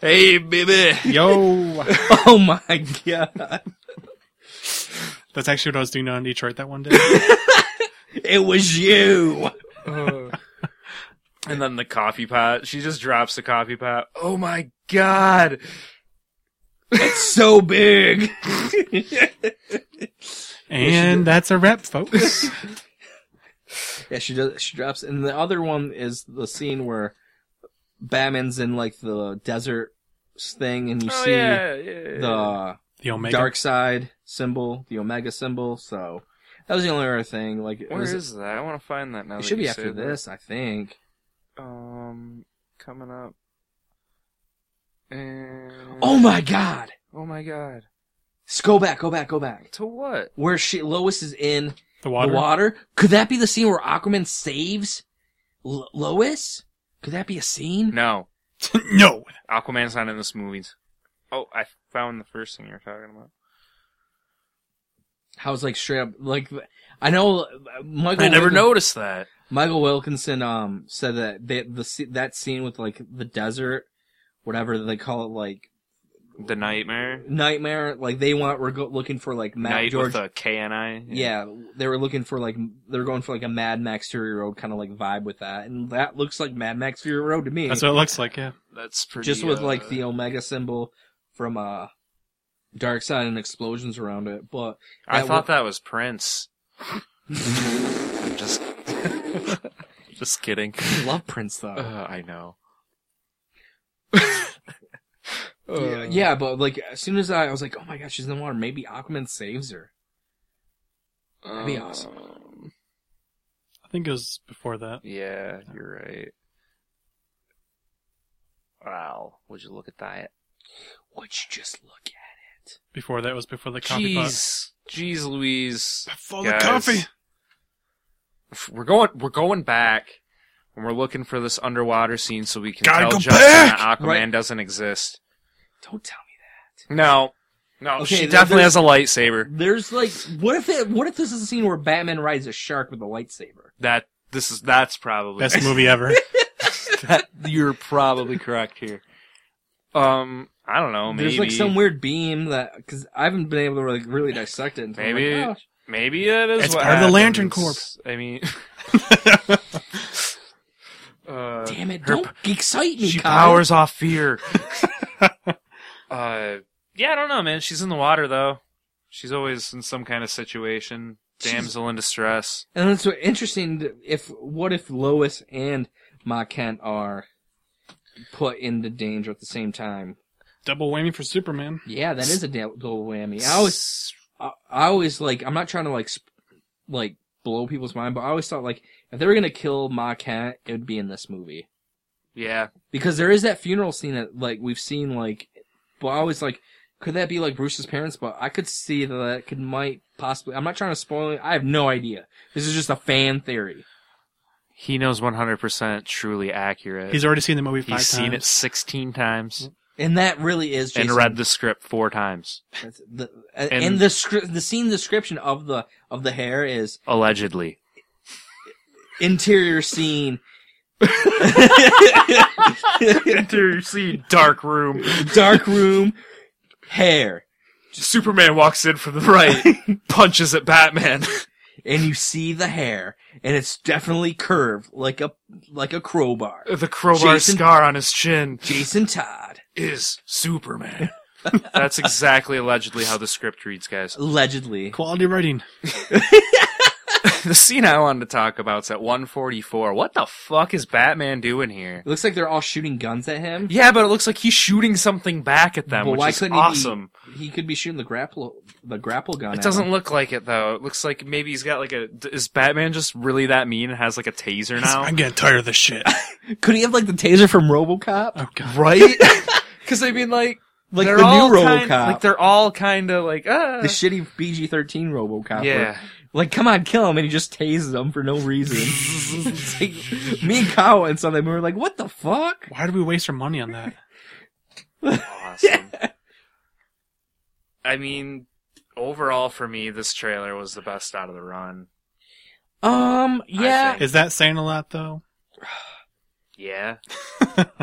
hey, baby.
Yo.
oh my god!
That's actually what I was doing down in Detroit that one day.
It was you.
Oh. And then the coffee pot. She just drops the coffee pot. Oh my god.
It's so big.
and that's a wrap, folks.
yeah, she does. She drops, and the other one is the scene where Batman's in like the desert thing, and you
oh
see
yeah, yeah.
the
The Omega.
dark side symbol, the Omega symbol. So that was the only other thing. Like, it
Where
was-
is that? I want to find that now.
it
that
should be
you
after
say that.
this, I think.
Um, coming up. And...
Oh my god!
Oh my god.
Just go back, go back, go back.
To what?
Where she Lois is in
The water.
the water. Could that be the scene where Aquaman saves L- Lois? Could that be a scene?
No.
no.
Aquaman's not in this movie. Oh, I found the first thing you were talking about.
How's like straight up like I know uh, Michael.
I never
Wilkin-
noticed that.
Michael Wilkinson um said that they, the sce- that scene with like the desert, whatever they call it, like
The nightmare.
nightmare. Like they want we're go- looking for like Matt
Night
George.
with a K and I.
yeah. they were looking for like they were going for like a Mad Max Fury Road kind of like vibe with that, and that looks like Mad Max Fury Road to me.
That's what it looks like, yeah.
That's pretty.
just with like
uh,
the Omega symbol from uh Dark Side and explosions around it, but
I
that
thought
wa-
that was Prince. just, just kidding.
I love Prince though.
Uh, I know.
yeah, yeah, but like as soon as I, I was like, oh my god, she's in the water. Maybe Aquaman saves her. That'd be awesome.
Um,
I think it was before that.
Yeah, you're right. Wow, would you look at that?
Would you just look at?
Before that was before the coffee pot.
Jeez, jeez, Louise.
Before
Guys, We're going, we're going back, and we're looking for this underwater scene so we can
Gotta
tell
go
Justin
back!
that Aquaman
Right.
doesn't exist.
Don't tell me
No, no,
Okay,
she
there-
definitely
there's-
has a lightsaber.
that. There's like, what if it? What if this is a scene where Batman rides a shark with a lightsaber?
That this is that's probably
Best movie ever.
that you're probably correct here. Um, I don't know. Maybe
There's like some weird beam that because I haven't been able to like really dissect it. Until I'm
Maybe-
like, oh,
Maybe it is.
That's
what
part of the Lantern
happens. I mean, uh,
damn it!
her-
Don't excite me,
she
Kyle.
powers off fear. uh, yeah, I don't know, man. She's in the water though. She's always in some kind of situation. Damsel in distress.
And it's so interesting if what if Lois and Ma Kent are put into danger at the same time?
Double whammy for Superman.
Yeah, that is a da- double whammy. I always, I, I always like, I'm not trying to like, sp- like blow people's mind, but I always thought like if they were gonna kill Ma Kent, it would be in this movie
Yeah,
because there is that funeral scene that like we've seen like, but I always like. Could that be like Bruce's parents? But I could see that that could might possibly. I'm not trying to spoil it. I have no idea. This is just a fan theory.
he knows 100 percent truly accurate.
He's already seen the movie five
He's seen it
times.
16 times
And that really is Jason
and read the script four times,
That's the, and,
And-
and the script, the scene description of the of the hair is
allegedly.
interior scene,
Interior scene, dark room.
dark room, hair,
Superman walks in from the right, punches at Batman.
and you see the hair, and it's definitely curved like a like a crowbar.
The crowbar
Jason-
scar on his chin
Jason Todd,
is Superman. That's exactly allegedly how the script reads, guys.
allegedly.
Quality writing.
The scene I wanted to talk about is at 144. What the fuck is Batman doing here?
It looks like they're all shooting guns at him.
Yeah, but it looks like he's shooting something back at them,
but
which
why
is
couldn't
awesome.
he? Be, he could be shooting the grapple the grapple gun.
It
at
doesn't
him.
look like it though. It looks like maybe he's got like a. Is Batman just really that mean and has like a taser now?
I'm getting tired of this shit.
Could he have like the taser from RoboCop?
Oh god.
Right? Because I mean, like,
Like
they're
the
all
new
kind-
RoboCop.
like they're all kind of like ah.
the shitty BG-13 RoboCop. where
yeah.
Like, come on, kill him, and he just tases him for no reason. It's like, me and Kyle went something, we were like, what the fuck?
Why did we waste our money on that?
awesome. I mean, overall for me, this trailer was the best out of the run.
Um, yeah.
Is that saying a lot though?
Yeah.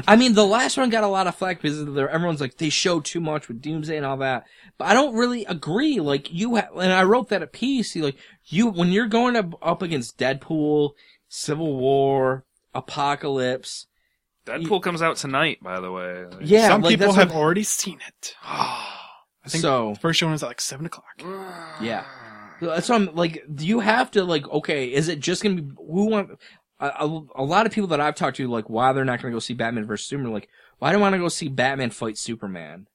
I, mean, the last one got a lot of flack because there, everyone's like, they show too much with Doomsday and all that. But I don't really agree. Like, you ha- and I wrote that a piece, you, like, you, when you're going up, up against Deadpool, Civil War, Apocalypse,
Deadpool comes out tonight, by the way. Like,
yeah,
Some
like,
people
that's
have
what-
already seen it. I think
so.
the first showing is at like seven o'clock.
Yeah. That's what I'm like. Do you have to like? Okay, is it just gonna be who want? A, a, a lot of people that I've talked to like why they're not gonna go see Batman versus Superman. Like, why do I want to go see Batman fight Superman?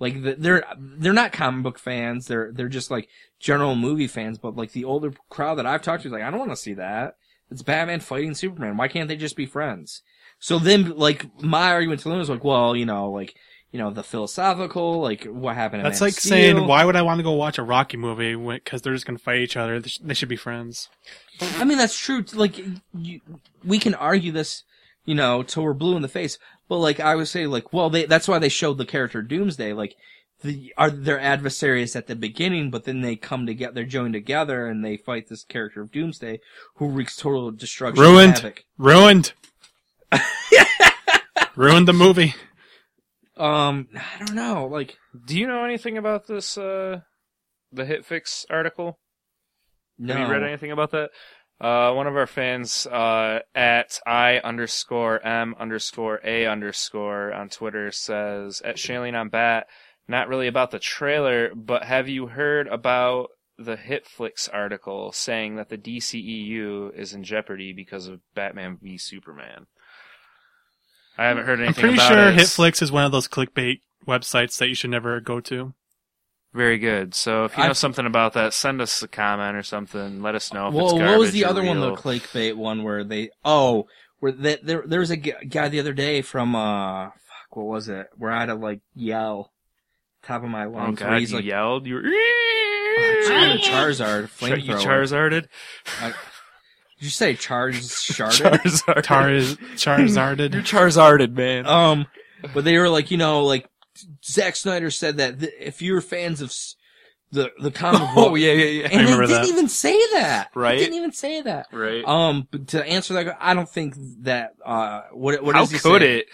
Like the, they're they're not comic book fans. They're they're just like general movie fans. But like the older crowd that I've talked to is like, I don't want to see that. It's Batman fighting Superman. Why can't they just be friends? So then, like my argument to them is like, well, you know, like you know the philosophical, like what happened. in
That's
Man
like
of
saying,
Steel.
why would I want to go watch a Rocky movie because they're just going to fight each other? They sh- They should be friends.
I mean, that's true. Like, you, we can argue this, you know, till we're blue in the face. But like, I would say, like, well, they, that's why they showed the character Doomsday. Like, the are their adversaries at the beginning, but then they come together, they're joined together, and they fight this character of Doomsday who wreaks total destruction, and
Ruined.
havoc.
Ruined. Ruined the movie.
Um, I don't know, like
Do you know anything about this? Uh, the HitFix article?
no.
Have you read anything about that? Uh, one of our fans uh, at i underscore m underscore a underscore on Twitter says at Shailene on Bat. Not really about the trailer, but have you heard about the HitFlix article saying that the DCEU is in jeopardy because of Batman v Superman? I haven't heard
I'm
anything.
pretty
about
sure
it.
Hitflix is one of those clickbait websites that you should never go to.
Very good. So if you know
I've-
something about that, send us a comment or something. Let us know if it's
Well,
garbage
what was the
or
other one, the
real.
clickbait one, where they? Oh, where that there there was a g- guy the other day from uh, fuck, what was it? Where I had to like yell, top of my
Oh
lungs. where
god,
he's
you
like,
yelled. You were
"Oh, Charizard,
Char- you
flamethrower.
Charizarded.
I- did you say Charge Sharded?
Charizard.
Tarz
You're
Charizarded.
Charizarded, man.
Um, but they were like, you know, like Zack Snyder said that th- if you're fans of s- the the comic book,
oh yeah, yeah, yeah.
and
remember
it didn't
that.
even say that. It
Right?
didn't even say that.
Right.
Um, but to answer that, I don't think that. Uh, what what
How
does he
could
say?
it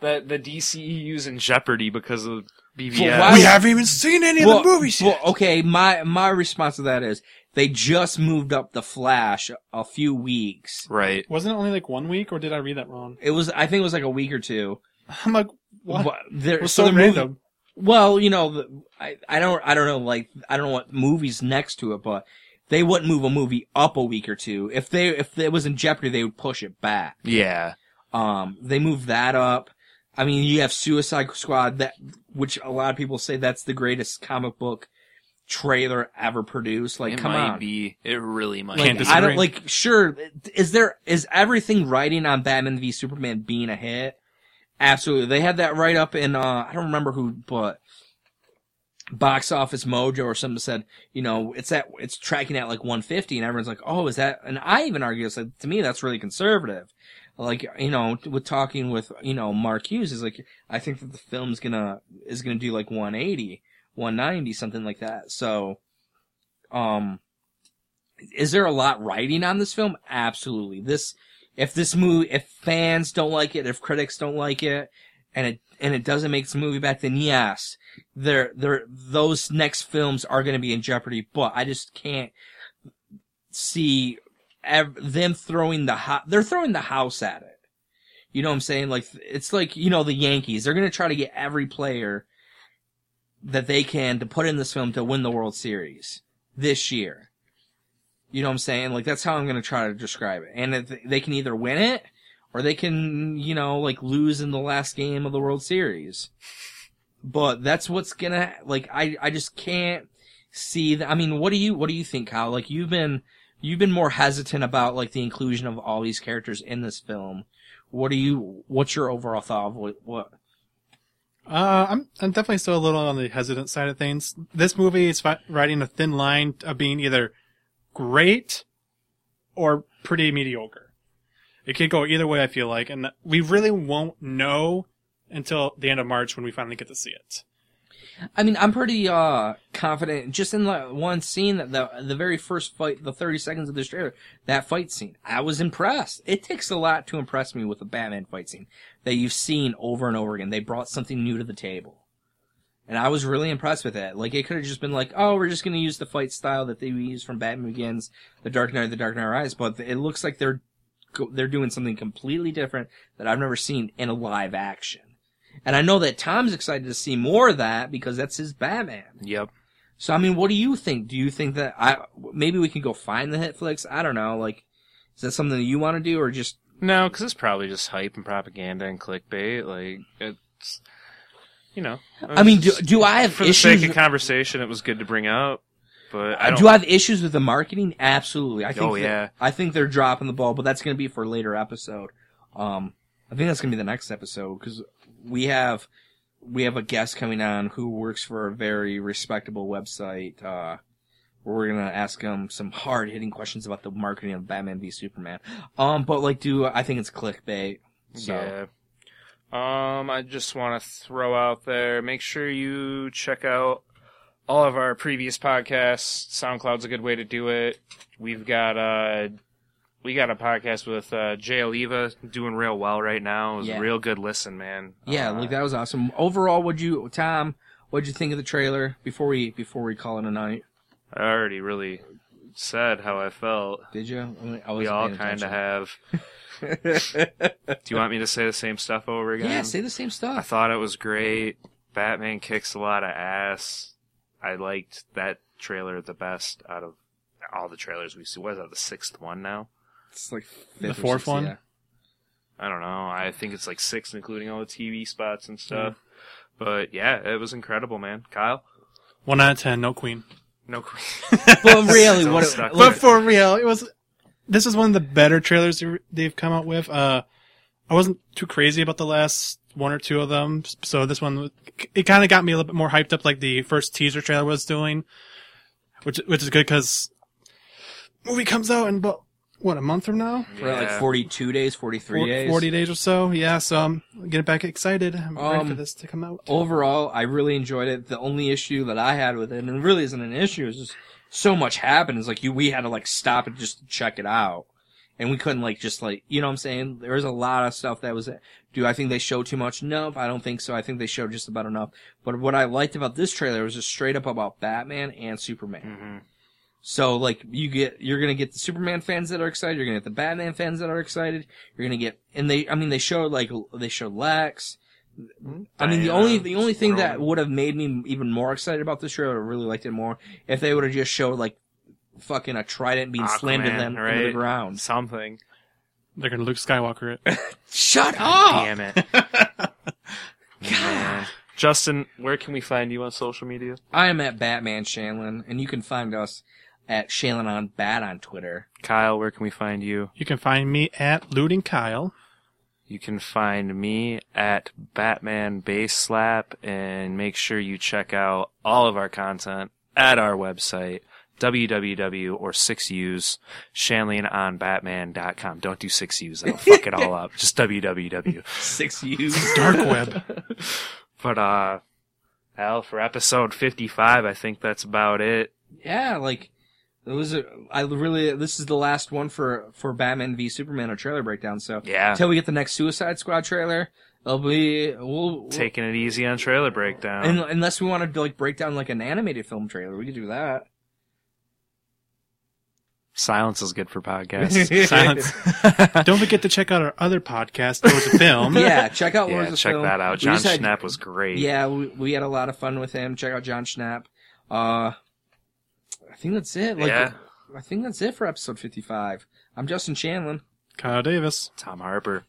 that the DCEU's in jeopardy because of BVS?
Well, why- We haven't
even seen any
Well, well, okay. My my response to that is they just moved up the Flash a few weeks.
right.
Wasn't it only like one week, or did I read that wrong?
It was I think it was like a week or two.
I'm like, what?
But they're-
It was
so
so
they're moving-
random.
Well, you know, the- I, I don't, I don't know, like, I don't know what movies next to it, but they wouldn't move a movie up a week or two. If they, if it was in jeopardy, they would push it back.
Yeah.
Um, they moved that up. I mean, you have Suicide Squad that, which a lot of people say that's the greatest comic book trailer ever produced. Like,
it
come
might
on.
be. It really might.
Can't
be.
I don't
disagree.
like. Sure, is there is everything writing on Batman v Superman being a hit? Absolutely, they had that right up in. uh I don't remember who, but Box Office Mojo or something said, you know, it's at it's tracking at like 150, and everyone's like, oh, is that? And I even argue, it's like to me that's really conservative. Like you know, with talking with you know Mark Hughes is like, I think that the film's gonna is gonna do like 180, 190, something like that. So, um, is there a lot writing on this film? Absolutely. This, if this movie, if fans don't like it, if critics don't like it, and it, and it doesn't make the movie back, then yes, there, there, those next films are going to be in jeopardy, but I just can't see ev- them throwing the hot, they're throwing the house at it. You know what I'm saying? Like, it's like, you know, the Yankees, they're going to try to get every player that they can to put in this film to win the World Series this year. You know what I'm saying? Like that's how I'm gonna try to describe it. And if they can either win it or they can, you know, like lose in the last game of the World Series. But that's what's gonna like. I I just can't see that. I mean, what do you what do you think, Kyle? Like you've been you've been more hesitant about like the inclusion of all these characters in this film. What do you? What's your overall thought of what? what
Uh, I'm I'm definitely still a little on the hesitant side of things. This movie is fi- riding a thin line of being either great or pretty mediocre. It could go either way. I feel like, and we really won't know until the end of March when we finally get to see it.
I mean, I'm pretty uh confident just in the one scene that the the very first fight, the 30 seconds of this trailer, that fight scene. I was impressed. It takes a lot to impress me with a Batman fight scene that you've seen over and over again. They brought something new to the table. And I was really impressed with that. Like, it could have just been like, oh, we're just going to use the fight style that they use from Batman Begins, The Dark Knight, The Dark Knight Rises, but it looks like they're go- they're doing something completely different that I've never seen in a live action. And I know that Tom's excited to see more of that because that's his Batman.
Yep.
So I mean, what do you think? Do you think that I maybe we can go find the Netflix? I don't know. Like, is that something that you want to do or just?
No, because it's probably just hype and propaganda and clickbait. Like it's, you know.
I mean, do do I have
for the
issues? Uh,
sake of conversation, it was good to bring up, but I don't.
do I have issues with the marketing? Absolutely. I think.
Oh,
that-
yeah.
I think they're dropping the ball, but that's going to be for a later episode. Um, I think that's going to be the next episode because we have we have a guest coming on who works for a very respectable website. Uh, where we're going to ask him some hard hitting questions about the marketing of Batman v Superman. Um, but like, do I think it's clickbait? So.
yeah. Um, I just want to throw out there make sure you check out all of our previous podcasts. SoundCloud's a good way to do it. We've got uh we got a podcast with uh Jay Oliva doing real well right now. It was
Yeah.
a real good listen, man.
Yeah,
Uh,
like that was awesome. Overall, would you, Tom? What'd you think of the trailer before we before we call it a night?
I already really said how I felt.
Did you? I mean, I
We
wasn't
all
paying
kind of
attention.
have. Do you want me to say the same stuff over again?
Yeah, say the same
I
stuff.
thought it was great. Batman kicks a lot of ass. I liked that trailer the best out of all the trailers we've seen. What is that, the sixth one now?
It's like fifth
The
or
fourth
sixth,
one?
yeah.
I don't know. I think it's like six, including all the TV spots and stuff. But yeah, it was incredible, man. Kyle?
One out of ten, no queen.
No.
But really,
Still
what?
stuck.
look,
But for real, it was. This is one of the better trailers they've come out with. Uh, I wasn't too crazy about the last one or two of them, so this one it kind of got me a little bit more hyped up, like the first teaser trailer was doing, which which is good because movie comes out in about what a month from now,
we're at like forty-two days, forty-three
Four-
days,
forty days or so. Yeah, so I'm getting back excited. I'm ready for
Um,
this to come out.
overall, I really enjoyed it. The only issue that I had with it, and it really isn't an issue, is just so much happened. It's like you, we had to like stop and just check it out, and we couldn't like just like you know what I'm saying. There was a lot of stuff that was. Do I think they showed too much? Nope, I don't think so. I think they showed just about enough. But what I liked about this trailer was just straight up about Batman and Superman.
hmm
So like you get you're gonna get the Superman fans that are excited, you're gonna get the Batman fans that are excited, you're gonna get and they I mean they showed like l- they showed Lex. I mean the
Diana,
only the only thing that
Ronan.
would have made me even more excited about this show, I really liked it more, if they would have just showed like fucking a trident being slammed in
Aquaman,
them into the
right?
ground.
Something.
They're gonna Luke Skywalker it.
Shut up!
Damn it. Man. Justin, where can we find you on social media?
I am at Batman Shanlin, and you can find us at Shanlin on Bat on Twitter.
Kyle, where can we find you?
You can find me at Looting Kyle.
You can find me at Batman Bass Slap and make sure you check out all of our content at our website, www or 6U's, shanleyanonbatman.com. Don't do 6U's, that'll fuck it all up. Just www.
Six U's.
Dark Web.
But, uh, Al, for episode 55, I think that's about it.
yeah, like it was. A, I really this is the last one for for Batman v Superman a trailer breakdown. So
Yeah.
until we get the next Suicide Squad trailer, it'll be we'll, we'll-
Taking it easy on Trailer Breakdown.
un- unless we want to like break down like an animated film trailer, we could do that.
Silence is good for podcasts.
Silence. Don't forget to check out our other podcast, Towards a Film.
yeah, check out
yeah,
Lords of
check
Film.
that
We
out. John
just had-
Schnapp was great.
Yeah, we, we had a lot of fun with him. Check out John Schnapp. Uh, I think that's it. Like,
yeah.
I think that's it for episode fifty-five. I'm Justin Shanlin.
Kyle Davis.
Tom Harper.